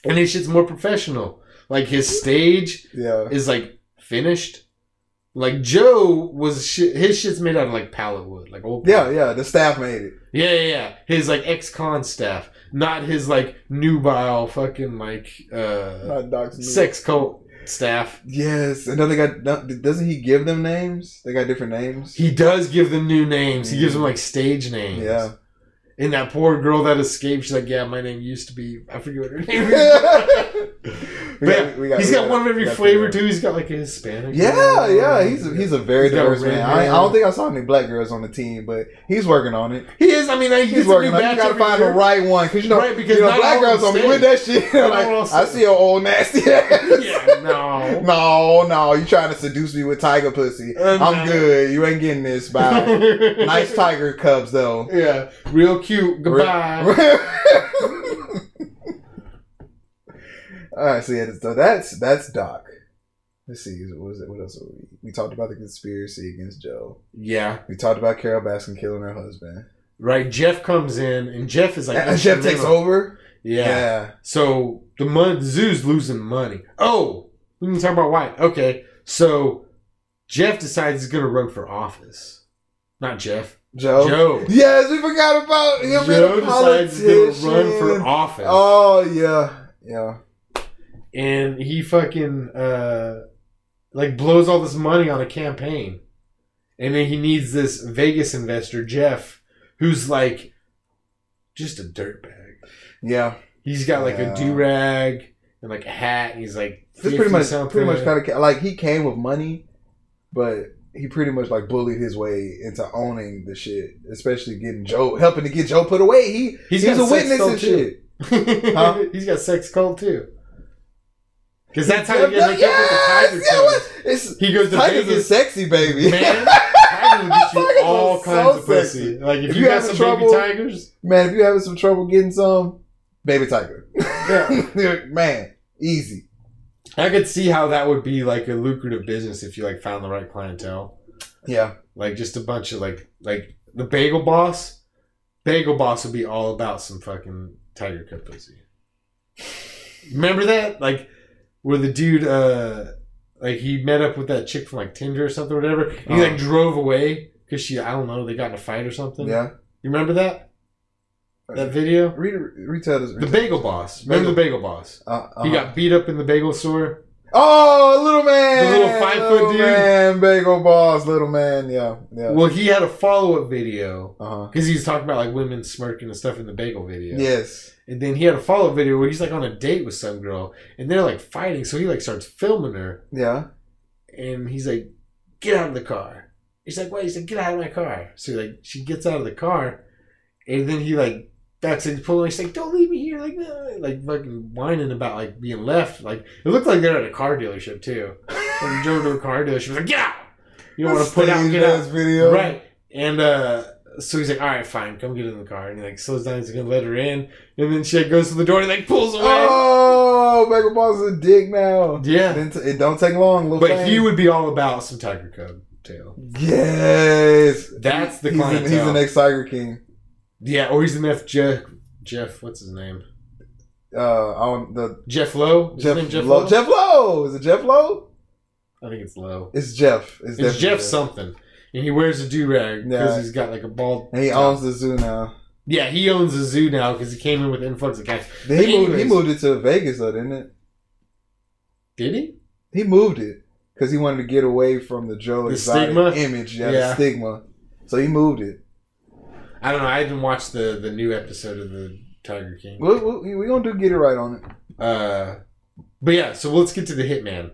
and his shit's more professional. Like his stage
Yeah.
is like finished. Like Joe was shit, his shit's made out of like pallet wood, like old.
Yeah, yeah. The staff made it.
yeah, yeah, yeah. His like ex-con staff, not his like nubile fucking like uh
Not Doc's new.
sex cult staff.
Yes, and then they got. no, Doesn't he give them names? They got different names.
He does give them new names. He gives them like stage names.
yeah.
And that poor girl that escaped, she's like, "Yeah, my name used to be I forget what her
We
name is."
got-
But
we got-
he's
we
got, one of
we
every
got
flavor
three.
too. He's got like a Hispanic.
Yeah,
girl.
yeah, he's a, he's a very
He's got
diverse
red
man. I, I
hair.
don't think I saw any black girls on the team, but he's working on it.
he is. I mean, like, he
He's
gets a new
working on it.
batch
You gotta
every
find
year.
the right one, cause you know,
Right, because
you know
not
black
all of
girls
them
don't be with that shit.
Not
like,
all of them
I see your old nasty ass.
Yeah, no.
No, no, you trying to seduce me with tiger pussy?
Uh,
I'm
no.
good. You ain't getting this. Bye. nice tiger cubs though.
Yeah, real cute. Goodbye.
All right, so yeah, so that's that's Doc. Let's see, what was it? What else? We, we talked about the conspiracy against Joe.
Yeah,
We talked about Carol Baskin killing her husband.
right. Jeff comes in, and Jeff is like,
And Jeff takes
instrumental.
over.
yeah. So the month zoo's losing money. Oh, we can talk about why. Okay, so Jeff decides he's gonna run for office. Not Jeff.
Joe.
Joe.
Yes, we forgot about him.
Joe
Joe
decides he's gonna run for
office.
office,
Oh yeah, yeah.
and he fucking uh, like blows all this money on a campaign, and then he needs this Vegas investor Jeff, who's like just a dirtbag.
Yeah,
He's got like
Yeah.
a do rag and like a hat, and he's like
it's pretty much,
50-something.
pretty much kind of like he came with money, but he pretty much like bullied his way into owning the shit, especially getting Joe, helping to get Joe put away. He he's,
got
a
sex
witness
cult,
and
too.
shit. Huh?
He's got sex cult too. Because that's how he gets hooked up with the tiger.
Yes, yeah,
tail.
what- it's
He goes to
Tiger's a
Vegas,
sexy baby.
man. Tiger will get
Tigers
you all
are
kinds
so
of pussy.
sexy.
Like if,
If
you,
you
got
having
some
trouble-
baby tigers,
Man, if you're having some trouble getting some, baby tiger. Man, easy.
I could see how that would be like a lucrative business if you like found the right clientele.
Yeah.
Like just a bunch of like like the bagel boss. Bagel boss would be all about some fucking tiger cut pussy. Remember that? Like where the dude uh like he met up with that chick from like Tinder or something or whatever. And he like drove away because she I don't know, they got in a fight or something.
Yeah.
You remember that? That video?
Re- retell this.
The bagel boss. Remember the bagel boss?
Uh, uh-huh.
He got beat up in the bagel store.
Oh, little man,
The little five-foot
Little
dude.
man, bagel balls, little man. Yeah, yeah.
Well, he had a follow up video
Uh huh.
because he was talking about like women smirking and stuff in the bagel video.
Yes.
And then he had a follow up video where he's like on a date with some girl and they're like fighting. So he like starts filming her
Yeah.
and he's like, "Get out of the car." He's like, "Wait," he said, "Get out of my car." So like she gets out of the car, and then he like backs into the pool. And he's like, "Don't leave me here!" Like, "No," like fucking whining about like being left. Like it looked like they're at a car dealership too. When he drove to a car dealership, he was like, "Get out!" You don't want to put out,
Staged
get
ass
out.
video.
Right. And uh, so he's like, all right, fine, come get in the car. And he like slows down, he's gonna let her in. And then she like, goes to the door and like pulls away.
Oh, bagel balls is a dick now.
yeah.
It, it don't take long, little
But
thing.
he would be all about some Tiger Cub tail.
Yes.
That's the
he's, an, he's
clientele.
an ex Tiger King.
yeah, or he's the next Jeff. Jeff, what's his name?
Uh, on the
Jeff Lowe? Is his
Jeff,
name Jeff
Lowe.
Lowe?
Jeff Lowe. Is it Jeff Lowe?
I think it's Lowe.
It's Jeff. It's,
It's
definitely
Jeff something. And he wears a do rag because
Yeah.
he's got like a bald.
And he owns the zoo now.
Yeah, he owns a zoo now because he came in with influx of cash.
Then he moved. He
Anyways.
moved it to Vegas, though, didn't it?
Did he?
He moved it because he wanted to get away from the Joe
The
Exotic
stigma?
image, yeah, the
Yeah.
stigma. So he moved it.
I don't know. I didn't watch the the new episode of the Tiger King.
We're we, we gonna do get it right on it.
Uh, but yeah, so let's get to the Hitman.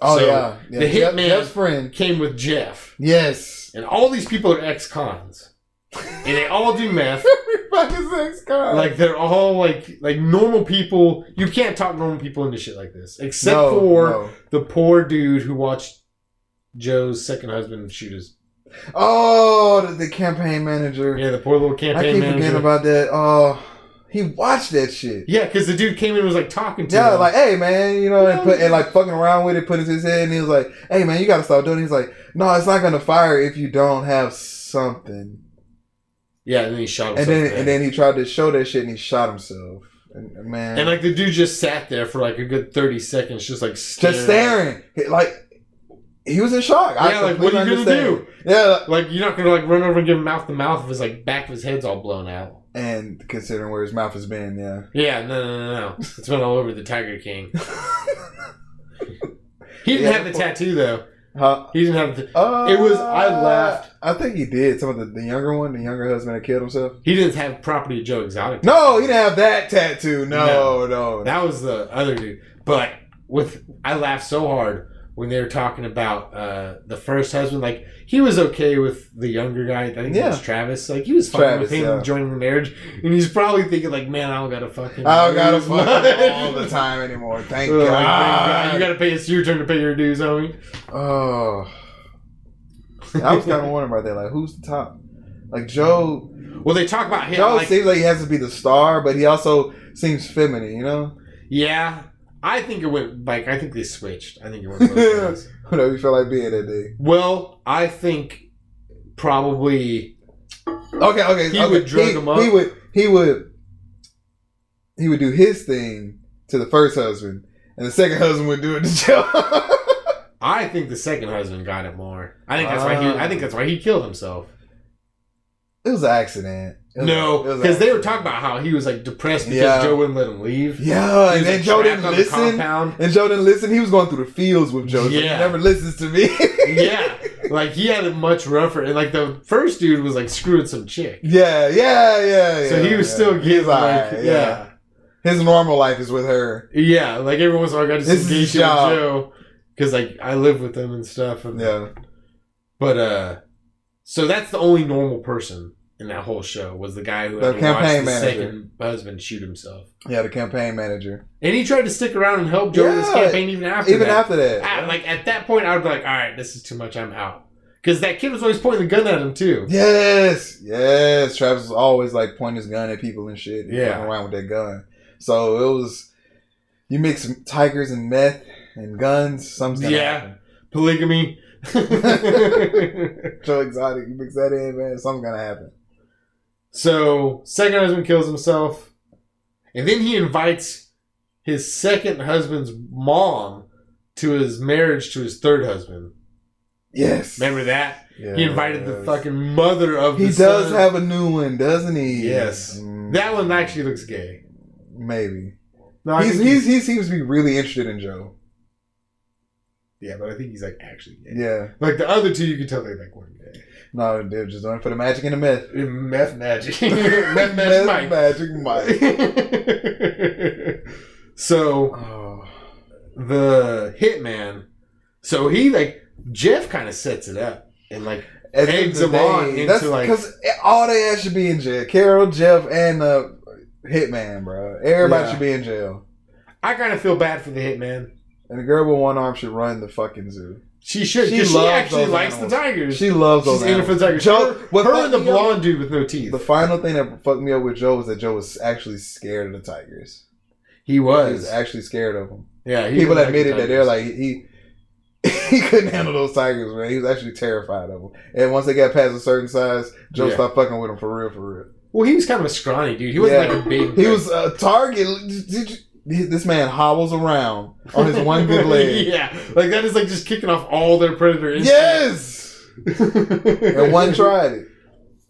Oh
So,
yeah, yeah.
the
Jeff-
hitman-
Jeff's friend.
Came with Jeff,
Yes,
and all these people are ex-cons, and they all do meth.
everybody's ex con.
Like they're all like like normal people. You can't talk normal people into shit like this, except for the poor dude who watched Joe's second husband shoot his.
oh, the, the campaign manager.
Yeah, the poor little
I
campaign
keep forgetting
manager.
about that. Oh, he watched that shit.
yeah, because the dude came in and was like talking to
Yeah,
him.
like, hey man, you know, and,
Yeah.
put, and like fucking around with it, put it to his head, and he was like, hey man, you gotta stop doing. it. He's like, no, it's not gonna fire if you don't have something.
yeah, and then he shot
and
himself.
then
in the
and
head.
then he tried to show that shit and he shot himself. And, and man,
And like the dude just sat there for like a good thirty seconds, just like staring.
just staring, He- like he was in shock.
Yeah, like what are you gonna do?
do? Yeah,
Like you're not gonna like run over and give him mouth to mouth if his like back of his head's all blown out.
and considering where his mouth has been, yeah,
Yeah, no, no, no, no. It's been all over the Tiger King. He didn't
Yeah.
have the tattoo though.
huh?
He didn't have. The,
Uh,
It was- I laughed.
I think he did. Some of the, the younger one, the younger husband that killed himself.
he didn't have property of Joe Exotic.
No, he didn't have that tattoo. No, no.
That was the other dude. But with I laughed so hard when they were talking about uh the first husband. Like he was okay with the younger guy. I think it was
Yeah.
Travis. Like he was fine
Travis,
with him
yeah.
joining the marriage. And he's probably thinking like, man, I don't gotta fucking.
I don't gotta
lose
fuck him
mine."
all the time anymore. Thank
Like,
God.
thank God. Ah, You gotta pay. It's your turn to pay your dues, homie.
oh, I was kind of wondering about that. Like, who's the top? Like Joe.
Well, they talk about him.
Joe
like,
seems like he has to be the star, but he also seems feminine, you know?
yeah, I think it went like I think they switched. I think it went. both ways.
Whatever you feel like being that day.
well, I think probably
Okay, okay.
He
okay.
would drug him up.
He would he would he would do his thing to the first husband, and the second husband would do it to Joe.
I think the second husband got it more. I think that's why he. I think that's why he killed himself.
it was an accident. It was-
No,
it was an
because they were
accident.
talking about how he was like depressed because
Yeah.
Joe wouldn't let him leave. He
Yeah,
was,
and then
like,
Joe
trapped
didn't
on the
listen.
Compound.
And Joe didn't listen. He was going through the fields with Joe. so
Yeah.
He never listens to me.
yeah, like he had it much rougher. And like the first dude was like screwing some chick.
yeah, yeah, yeah, yeah.
So he was
yeah.
still
He's
getting like,
alright,
yeah.
yeah. His normal life is with her.
Yeah, like every once in a while I got to
This is
see
his
Geisha
job.
and Joe because like I live with them and stuff. And,
Yeah.
But uh, so that's the only normal person in that whole show was the guy who
The
had to watch
campaign
the
manager.
second husband shoot himself,
Yeah, the campaign manager.
and he tried to stick around and help Joe in this
Yeah,
campaign even after.
Even
that.
after that.
I- like at that point, I would be like, all right, this is too much. I'm out. Because that kid was always pointing the gun at him too.
Yes. Yes. Travis was always like pointing his gun at people and shit. and
Yeah.
fucking Around with that gun. So it was you mix tigers and meth and guns, something's gonna
Yeah.
happen.
Polygamy.
Joe Exotic, you mix that in, man, something's gonna happen.
So second husband kills himself, and then he invites his second husband's mom to his marriage to his third husband.
Yes.
Remember that?
Yeah,
he invited the
yes.
fucking mother of
He
the
does
son.
have a new one, doesn't he?
Yes.
Mm,
that one actually looks gay.
maybe.
No, I
He's,
think
he's, he seems to be really interested in Joe.
Yeah, but I think he's like actually gay.
Yeah.
Like the other two, you can tell they like weren't gay.
No, they're just doing it for the magic and the myth.
Meth magic. Meth magic Mike.
Magic Mike.
so
Oh.
the hitman, so he like Jeff kind of sets it up and like
At the end
Eggs
of the
them on
day,
into,
that's
like-
because all they ass should be in jail. Carol, Jeff, and uh, Hitman, bro. Everybody
Yeah.
should be in jail.
I kind of feel bad for the hitman.
And the girl with one arm should run the fucking zoo.
She should.
She
She, she
loves
actually
those
likes
animals.
the tigers.
She loves those
She's in it for
animals.
the tigers.
Joe-
Joe, her,
what
her and the
fucked me up-
blonde dude with no teeth.
The final thing that fucked me up with Joe was that Joe was actually scared of the tigers.
he
He was
was.
actually scared of them.
Yeah. he
people
was like the
admitted that they're
tigers.
like he he couldn't handle those tigers, man. He was actually terrified of them. And once they got past a certain size, Joe
Yeah.
stopped fucking with them for real, for real.
Well, he was kind of a scrawny dude. He wasn't
Yeah.
like a big.
He was a target. Did you, this man hobbles around on his one good leg.
yeah, like that is like just kicking off all their predator instincts.
yes, and one tried it.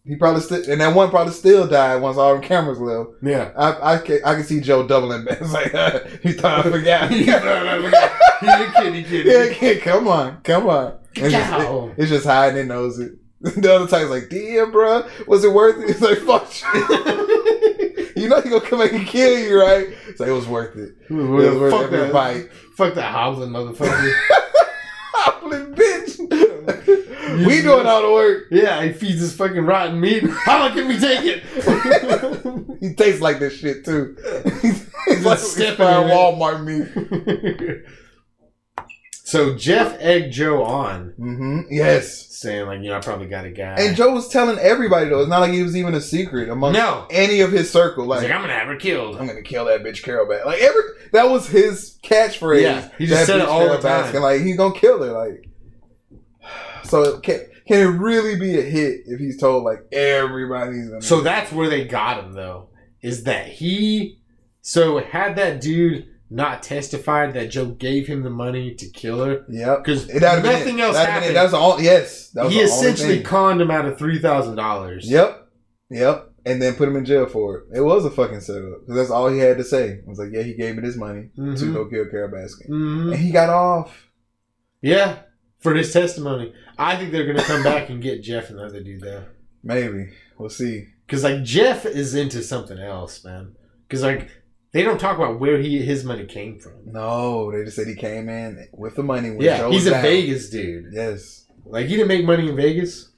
He probably still, and that one probably still died once all the cameras left.
Yeah.
I I can, I can see Joe doubling back. It's like uh, he thought I forgot.
You're kidding,
yeah,
kidding.
kid, come on, come on. It's just,
Cow.
It's just hiding and knows it. The other time's like, damn, bro, was it worth it? It's like, fuck you. you know he gonna come back and kill you, right? It's like, it was worth it. It was worth
fuck
every
that.
bite.
Fuck that hobbling motherfucker.
Hobbling bitch. we doing all the work.
yeah, he feeds his fucking rotten meat. How long can we take it?
He tastes like this shit, too. He's like
stepping
expired
in it.
Walmart meat.
so Jeff egged Joe on,
hmm Yes.
saying like, you know, I probably got a guy.
And Joe was telling everybody, though. It's not like it was even a secret among
no,
any of his circle.
he's
Like,
like, I'm gonna have her killed.
I'm gonna kill that bitch Carol Baskin. Like every that was his catchphrase.
Yeah, he
That
just said it
bitch
all the
Carol
time.
Baskin. Like he's gonna kill her. Like so can can it really be a hit if he's told like everybody's in
So that's where they got him, though, is that he. So had that dude not testified that Joe gave him the money to kill her,
Yep.
because
It that'd have been
nothing
it.
else
That'd have been it.
happened.
That's the all yes. That was
he
the only
essentially
thing.
conned him out of three thousand dollars.
Yep. Yep. And then put him in jail for it. It was a fucking setup. 'Cause that's all he had to say. It was like, yeah, he gave me this money to
hmm
go kill Carol Baskin.
hmm
And he got off.
Yeah, for his testimony, I think they're gonna come back and get Jeff and the other dude though,
Maybe. We'll see.
because like Jeff is into something else, man. Because like they don't talk about where he his money came from.
No, they just said he came in with the money. When
yeah,
Joe
he's
was
a
down.
Vegas dude.
Yes.
Like he didn't make money in Vegas.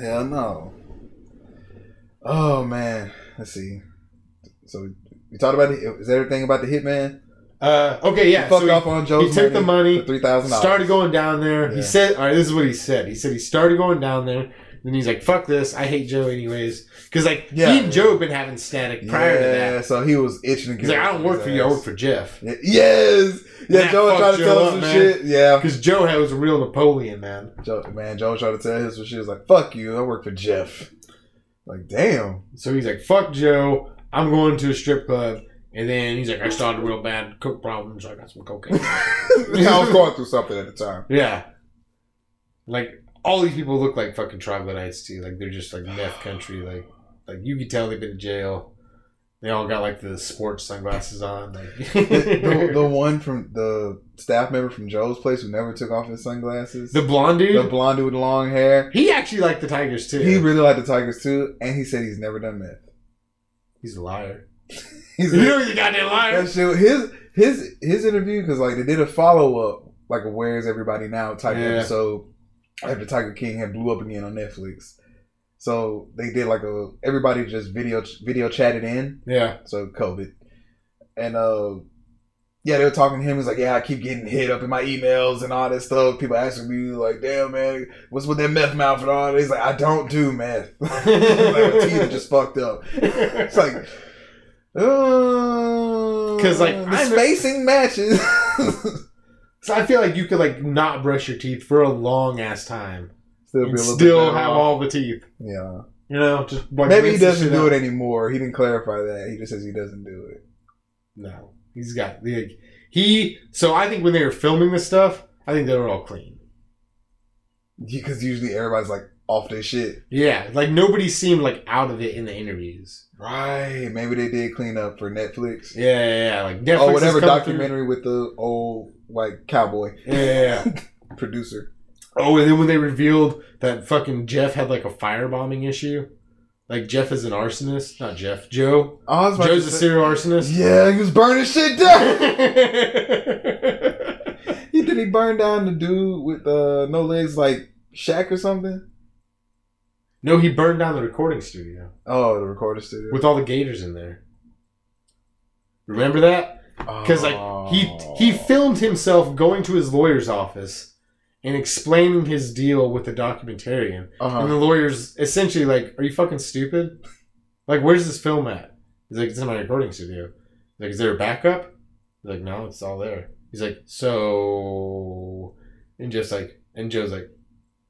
Hell no. Oh man. Let's see. So we talked about it. Is everything about the hitman?
Uh, okay, yeah.
He fucked
so he-
off on Joe's
he took the money,
three thousand dollars.
started going down there.
Yeah.
He said, "All right, this is what he said." He said he started going down there. Then he's like, "Fuck this! I hate Joe anyways." Because like
Yeah.
he and Joe have been having static prior to
yeah,
that.
so he was itching to get.
He's like, "I
off
don't
his
work for you. I
ass.
work for Jeff."
Yeah, yes. Yeah,
That
Joe was
fucked
trying to
Joe
tell him
up,
some
man.
shit. Yeah,
Because Joe had was a real Napoleon man.
Joe, man, Joe was trying to tell him some shit. He was like, "Fuck you, I work for Jeff." Like, damn.
So he's like, "Fuck Joe! I'm going to a strip club." And then he's like, "I started real bad coke problems. So I got some cocaine."
I was going through something at the time.
yeah, like all these people look like fucking troglodytes too. Like they're just like meth country. Like like you can tell they've been in jail. They all got like the sports sunglasses on. Like
the, the
the,
one from the staff member from Joe's place who never took off his sunglasses.
blonde dude.
the blonde dude with long hair.
he actually liked the Tigers too.
He really liked the Tigers too, and he said he's never done meth.
he's a liar.
He's
You know he's a goddamn liar.
that shit, his his his interview because like they did a follow up like a "Where's Everybody Now" type
Yeah.
episode after Tiger King had blew up again on Netflix. So they did like a everybody just video video chatted in.
Yeah.
So COVID, and uh, yeah, they were talking to him. He's like, "Yeah, I keep getting hit up in my emails and all that stuff. People asking me like, damn man, what's with that meth mouth and all?" that?" He's like, "I don't do meth. like my teeth are just fucked up." It's like, because
like,
the
I know-
spacing matches.
so I feel like you could like not brush your teeth for a long ass time.
still
and still have all the teeth.
Yeah,
You know, just like
maybe he doesn't do it anymore. He didn't clarify that. He just says he doesn't do it.
No, he's got the he. So I think when they were filming this stuff, I think they were all clean.
because usually everybody's like off their shit.
Yeah, like nobody seemed like out of it in the interviews.
Right. Maybe they did clean up for Netflix.
Yeah, yeah, yeah. like Netflix
or whatever
is coming through.
documentary with the old white cowboy
Yeah, yeah, yeah.
producer.
Oh, and then when they revealed that fucking Jeff had like a firebombing issue, like Jeff is an arsonist, not Jeff, Joe.
Oh, I was about
Joe's
to
a
say-
serial arsonist.
Yeah, he was burning shit down. he did he burn down the dude with uh, no legs like Shaq or something?
no, he burned down the recording studio
Oh, the recording studio.
with all the gators in there. Remember that? because like he he
Oh.
filmed himself going to his lawyer's office and explaining his deal with the documentarian and
uh
the lawyer's essentially like are you fucking stupid like where's this film at he's like it's in my recording studio He's like is there a backup he's like no it's all there he's like so and just like and joe's like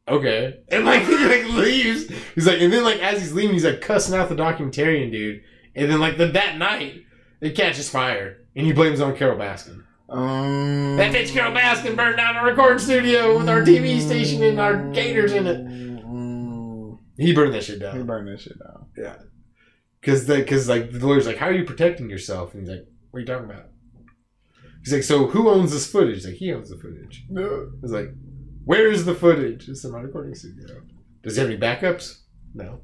okay and like he like leaves he's like and then like as he's leaving he's like cussing out the documentarian dude and then like the, that night it catches fire and he blames it on carol baskin
um,
that bitch Carol Baskin burned down our recording studio with our TV
Mm.
station and our gators in it.
it.
He burned that shit
He
down.
burned that shit down.
Cause the, cause like the lawyer's like, How are you protecting yourself? And he's like, What are you talking about? He's like, So who owns this footage? He's like, he owns the footage. He's like, Where is the footage? It's in my recording studio. Does he have any backups? No.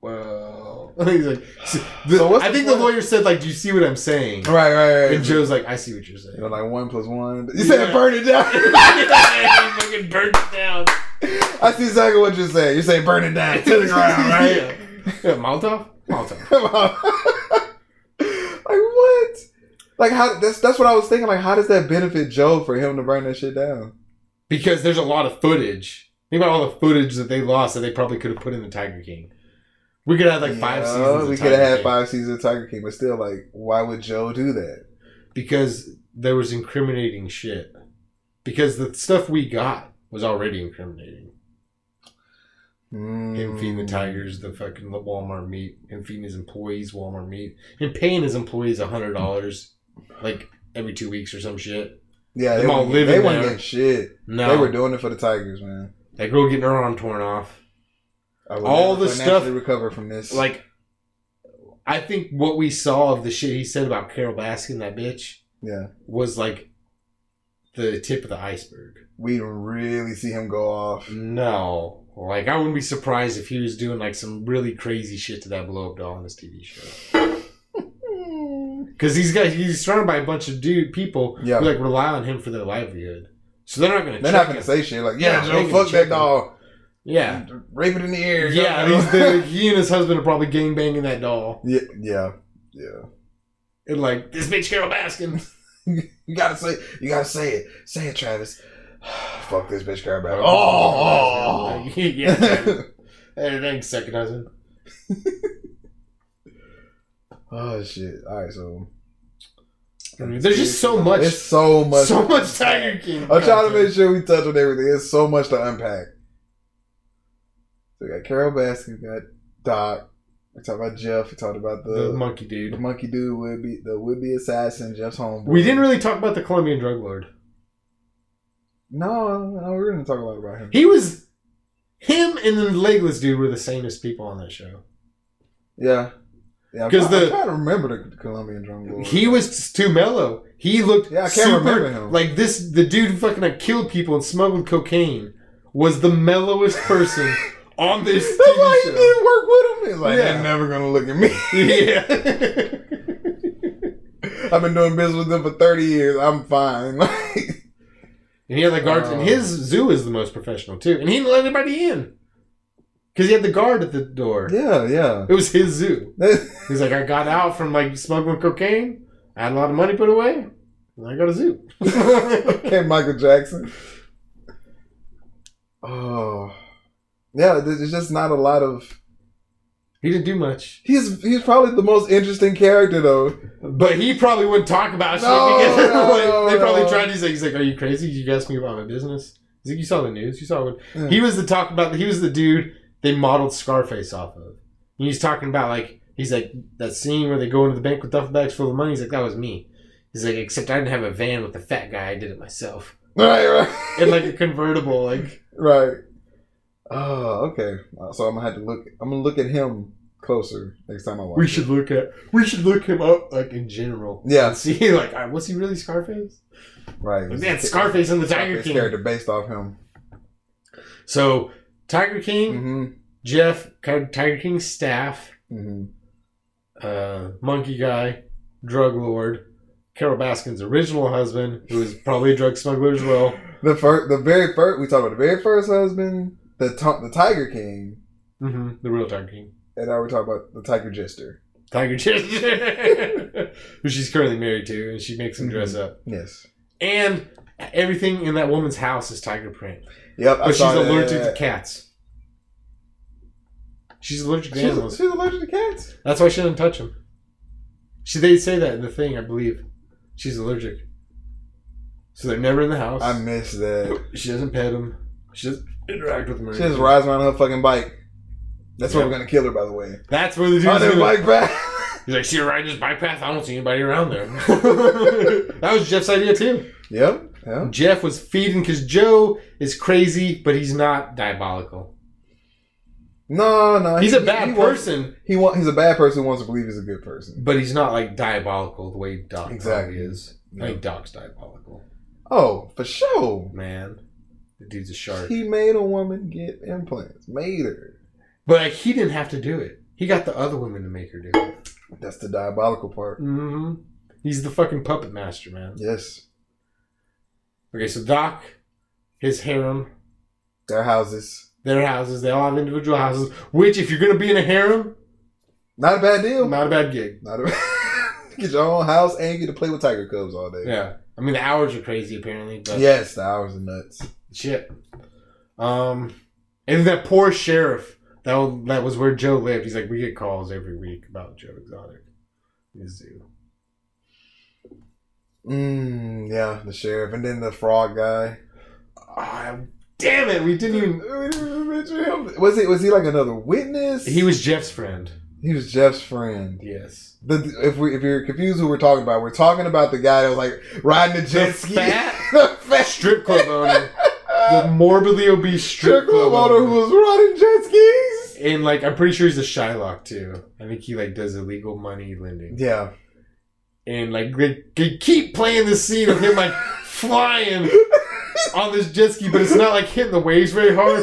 Well he's like so the-
So what's
I
the
think the
point?
lawyer said, like, do you see what I'm saying?
Right, right,
And
right.
Joe's like, I see what you're saying.
You're like one plus one. You said
Yeah.
burn it down.
He fucking burned it down.
I see exactly what you're saying. You're saying burn it down to the ground, right?
Yeah. Yeah, Molotov? Molotov.
Come on. like what? Like how? That's that's what I was thinking. Like how does that benefit Joe for him to burn that shit down?
Because there's a lot of footage. Think about all the footage that they lost that they probably could have put in the Tiger King. We could have like five
Yeah,
seasons. of
We
Tiger
could have had
King
five seasons of Tiger King, but still, like, why would Joe do that?
because there was incriminating shit. Because the stuff we got was already incriminating.
Mm.
Him feeding the tigers, the fucking Walmart meat, him feeding his employees Walmart meat, him paying his employees a hundred dollars, like every two weeks or some shit.
Yeah, they,
Them all
were,
living
they weren't
there.
getting shit.
No,
They were doing it for the Tigers, man.
that girl getting her arm torn off.
I would
All
never
the
financially
stuff-
recover from this.
like I think what we saw of the shit he said about Carol Baskin, that bitch,
yeah,
was like the tip of the iceberg.
we didn't really see him go off.
Mm. No. Like I wouldn't be surprised if he was doing like some really crazy shit to that blow up doll on his TV show. Because these guys he's surrounded by a bunch of dude people
Yeah.
who like rely on him for their livelihood. So they're not gonna
They're
check
not gonna
him.
say shit. Like, yeah,
No, they
Joe,
can
fuck
check
that
him.
dog.
Yeah.
rape it in the air.
Yeah, he's the, he and his husband are probably gang banging that doll.
yeah, yeah, yeah.
And like, this bitch Carol Baskin.
You gotta say, you gotta say it, say it, Travis. fuck this bitch, Carol Baskin.
Oh,
Oh,
yeah. Hey, thanks, second husband.
oh shit. All right, so
I mean, there's just so much,
it's so much.
so much Tiger King.
I'm trying
content.
to make sure we touch on everything. It's so much to unpack. So we got Carol Baskin, we got Doc. We talked about Jeff. We talked about
the
the,
monkey
the
dude.
monkey dude would be the would be assassin. Jeff's home.
We didn't really talk about the Colombian drug lord.
No, no, we we're gonna talk a lot about him.
He was him and the legless dude were the sanest people on that show.
Yeah. Yeah, I'm
'Cause
try- I'm
the-
trying to remember the Colombian drum roll.
He was just too mellow. He looked
Yeah, I can't
super
remember him.
like this. The dude who fucking like, killed people and smuggled cocaine was the mellowest person on this
That's
TV
why he
show.
didn't work with him. He's like,
Yeah.
they're never gonna look at me.
Yeah.
I've been doing business with them for thirty years. I'm fine. Like,
And he had the guards, and
Oh.
his zoo is the most professional too. And he didn't let anybody in because he had the guard at the door.
yeah, yeah.
It was his zoo.
That's-
He's like, I got out from like smuggling cocaine. I had a lot of money put away. And I got a zoo.
okay, Michael Jackson. Oh, yeah. There's just not a lot of.
he didn't do much,
He's he's probably the most interesting character though.
but he probably wouldn't talk about shit
No,
because
no,
like,
no,
they probably
no.
tried. He's like, he's like, are you crazy? You asked me about my business. He's like, you saw the news. You saw what
Yeah.
he was the talk about. He was the dude they modeled Scarface off of. And he's talking about like he's like that scene where they go into the bank with duffel bags full of money. He's like, that was me. He's like, except I didn't have a van with the fat guy. I did it myself
Right, right.
in like a convertible. Like
right. Oh, okay. Uh, So I'm gonna have to look. I'm gonna look at him closer next time I watch.
We
it.
should look at we should look him up like in general.
Yeah,
And see like all right, was he really Scarface?
right.
Like, man, Scarface and the Tiger
Scarface
King.
character based off him.
So Tiger King,
hmm
Jeff, Ki- Tiger King staff,
hmm
uh, monkey guy, drug lord, Carol Baskin's original husband, who is probably a drug smuggler as well.
The first, the very first, we talked about the very first husband, the t- the Tiger King,
hmm The real Tiger King.
and now we talk about the Tiger Jester.
Tiger King, who she's currently married to, and she makes him
Mm-hmm.
dress up.
Yes.
And everything in that woman's house is tiger print.
Yep.
But she's allergic to
that.
cats. She's allergic to
She's,
animals.
she's allergic to cats.
That's why she doesn't touch them. She, they say that in the thing, I believe. She's allergic. So they're never in the house.
I miss that.
She doesn't pet him. She doesn't interact with him. or
She just
anything.
rides around on her fucking bike. That's why
Yeah.
we're gonna kill her, by the way.
That's where the dude's
On her
gonna-
bike back.
He's like, see her riding this bike path? I don't see anybody around there. that was Jeff's idea, too.
yep. Yep.
Jeff was feeding because Joe is crazy, but he's not diabolical.
No, no.
He's
Uh, he-
a bad
he wants-
person,
He want he's a bad person who wants to believe he's a good person.
but he's not like diabolical the way Doc
Exactly.
exactly is. I think Doc's diabolical.
Oh, for sure.
Man, the dude's a shark.
He made a woman get implants. Made her.
But like, he didn't have to do it. He got the other women to make her do it.
That's the diabolical part.
hmm He's the fucking puppet master, man.
Yes.
Okay, so Doc, his harem,
Their houses.
their houses, they all have individual houses, which, if you're going to be in a harem,
Not a bad deal.
not a bad gig.
Not a Get your own house and you get to play with tiger cubs all day.
Yeah. I mean, the hours are crazy, apparently, but
Yes, the hours are nuts.
shit. Um, and that poor sheriff, that, wa- that was where Joe lived. He's like, we get calls every week about Joe Exotic. His zoo.
Mm, yeah, the sheriff. And then the frog guy.
Ah, damn it, we didn't even.
Was he was he like another witness?
He was Jeff's friend.
he was Jeff's friend.
Yes.
The, if we if you're confused who we're talking about, we're talking about the guy that was like riding the jet
The
ski.
fat-
the fat
Strip club owner. The morbidly obese strip,
strip club owner who was riding jet skis.
And like, I'm pretty sure he's a Shylock too. I think he like does illegal money lending.
Yeah,
And like, they, they keep playing this scene of him like flying on this jet ski, but it's not like hitting the waves very hard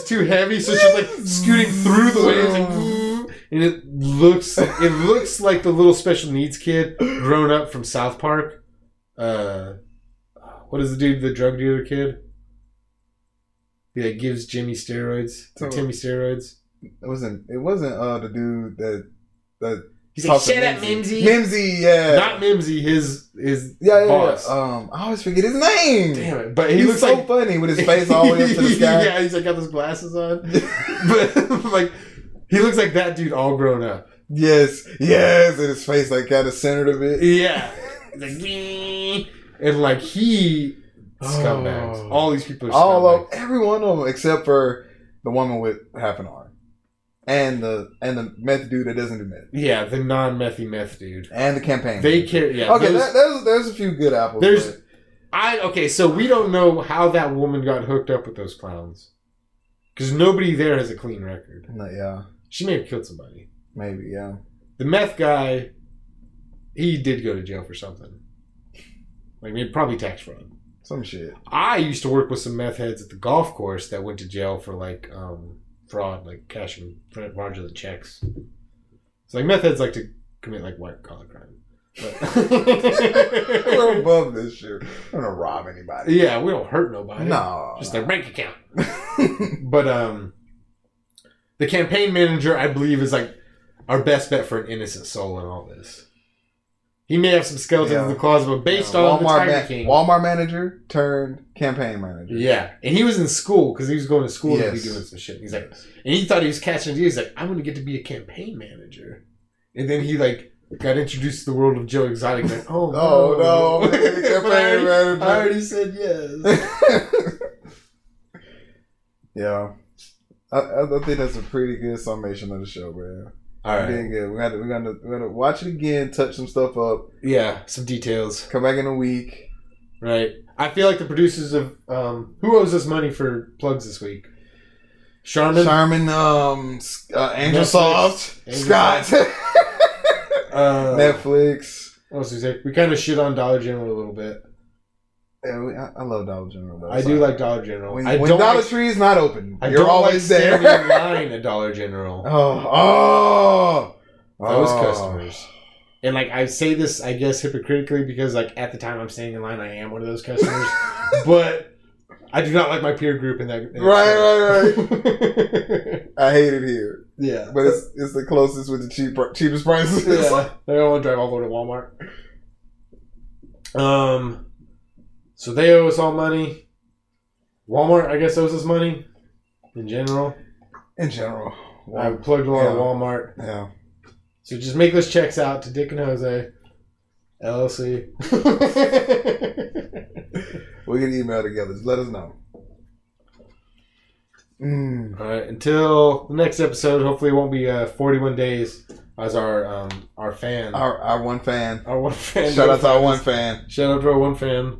he's too heavy. So it's just like scooting through the waves, like, and it looks it looks like the little special needs kid grown up from South Park. Uh, what is the dude, the drug dealer kid? He like gives Jimmy steroids,
So-
or Timmy steroids.
it wasn't it wasn't uh the dude that that
He's like,
talked to
shut up, Mimsy.
Mimsy, yeah,
Not Mimsy, his his
yeah, yeah, yeah.
boss.
Um, I always forget his name.
Damn it! But he
He's
looks
so
like
funny with his face all the way up to the sky.
yeah, he's like got those glasses on. but like he looks like that dude all grown up.
Yes, yes, and his face like kind of centered a bit.
Yeah. Like, "Wee." and like he scumbags.
Oh.
All these people are
All
scumbags.
of every one of them except for the woman with half an arm, and the and the meth dude that doesn't do meth,
yeah, the non methy meth dude.
and the campaign.
They care yeah.
okay,
those-
that, there's there's a few good apples.
There's-
but
I okay, so we don't know how that woman got hooked up with those clowns. Because nobody there has a clean record.
no, yeah,
She may have killed somebody.
maybe yeah.
The meth guy he did go to jail for something. Like maybe probably tax fraud.
Some shit.
I used to work with some meth heads at the golf course that went to jail for like um, fraud, like cashing fraudulent checks. So like meth heads like to commit like white collar crime.
We're
But
above this shit. We're gonna rob anybody.
yeah, we don't hurt nobody.
No.
just their bank account. but um, the campaign manager, I believe, is like our best bet for an innocent soul in all this. He may have some skeletons
Yeah.
in the closet, but based
Yeah,
on the
Walmart,
Tiger
ma-
King,
Walmart manager turned campaign manager.
Yeah, and he was in school because he was going to school to
Yes.
be doing some shit. He's like, and he thought he was catching deals. He's like, I'm going to get to be a campaign manager, and then he like got introduced to the world of Joe Exotic. He's Like, oh,
Oh no,
no, But I,
campaign
already,
manager.
I already said yes.
yeah. I, I I think that's a pretty good summation of the show, man.
All
We
right,
did good. We're gonna we're gonna we're gonna watch it again, touch some stuff up,
yeah, some details.
come back in a week,
right? I feel like the producers of um, who owes us money for plugs this week? Charmin,
Sherman, um, S- uh, Angel
Netflix.
Soft,
Angel
Scott,
uh,
Netflix.
what else we say? We kind of shit on Dollar General a little bit.
Yeah, we- I, I love Dollar General. Though,
i do
sorry.
like Dollar General.
when,
I
when
don't.
Dollar
like,
Tree's not open.
I
You're
don't
always
like
there.
standing in line at Dollar General.
oh, oh,
those
oh.
customers. And like I say this, I guess hypocritically because like at the time I'm standing in line, I am one of those customers. but I do not like my peer group in that. in that
Right, right,
store.
right. I hate it here,
yeah.
but it's it's the closest with the cheap cheapest prices.
yeah. They don't want to drive all the way to Walmart. Um. So they owe us all money. Walmart, I guess, owes us money. In general,
In general,
I plugged a lot of
Yeah.
Walmart.
yeah.
So just make those checks out to Dick and Jose, LLC.
We can email together. Just let us know. Mm.
All right. Until the next episode, hopefully it won't be uh, 41 days as our um, our fan, our,
Our our one fan.
one fan.
Shout out to our one fan.
Shout out to our one fan.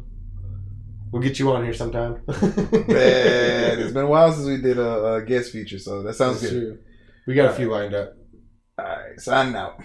We'll get you on here sometime.
Man, it's been a while since we did a, a guest feature, so that sounds
That's
good.
true. We got a few lined up.
All right, signing out.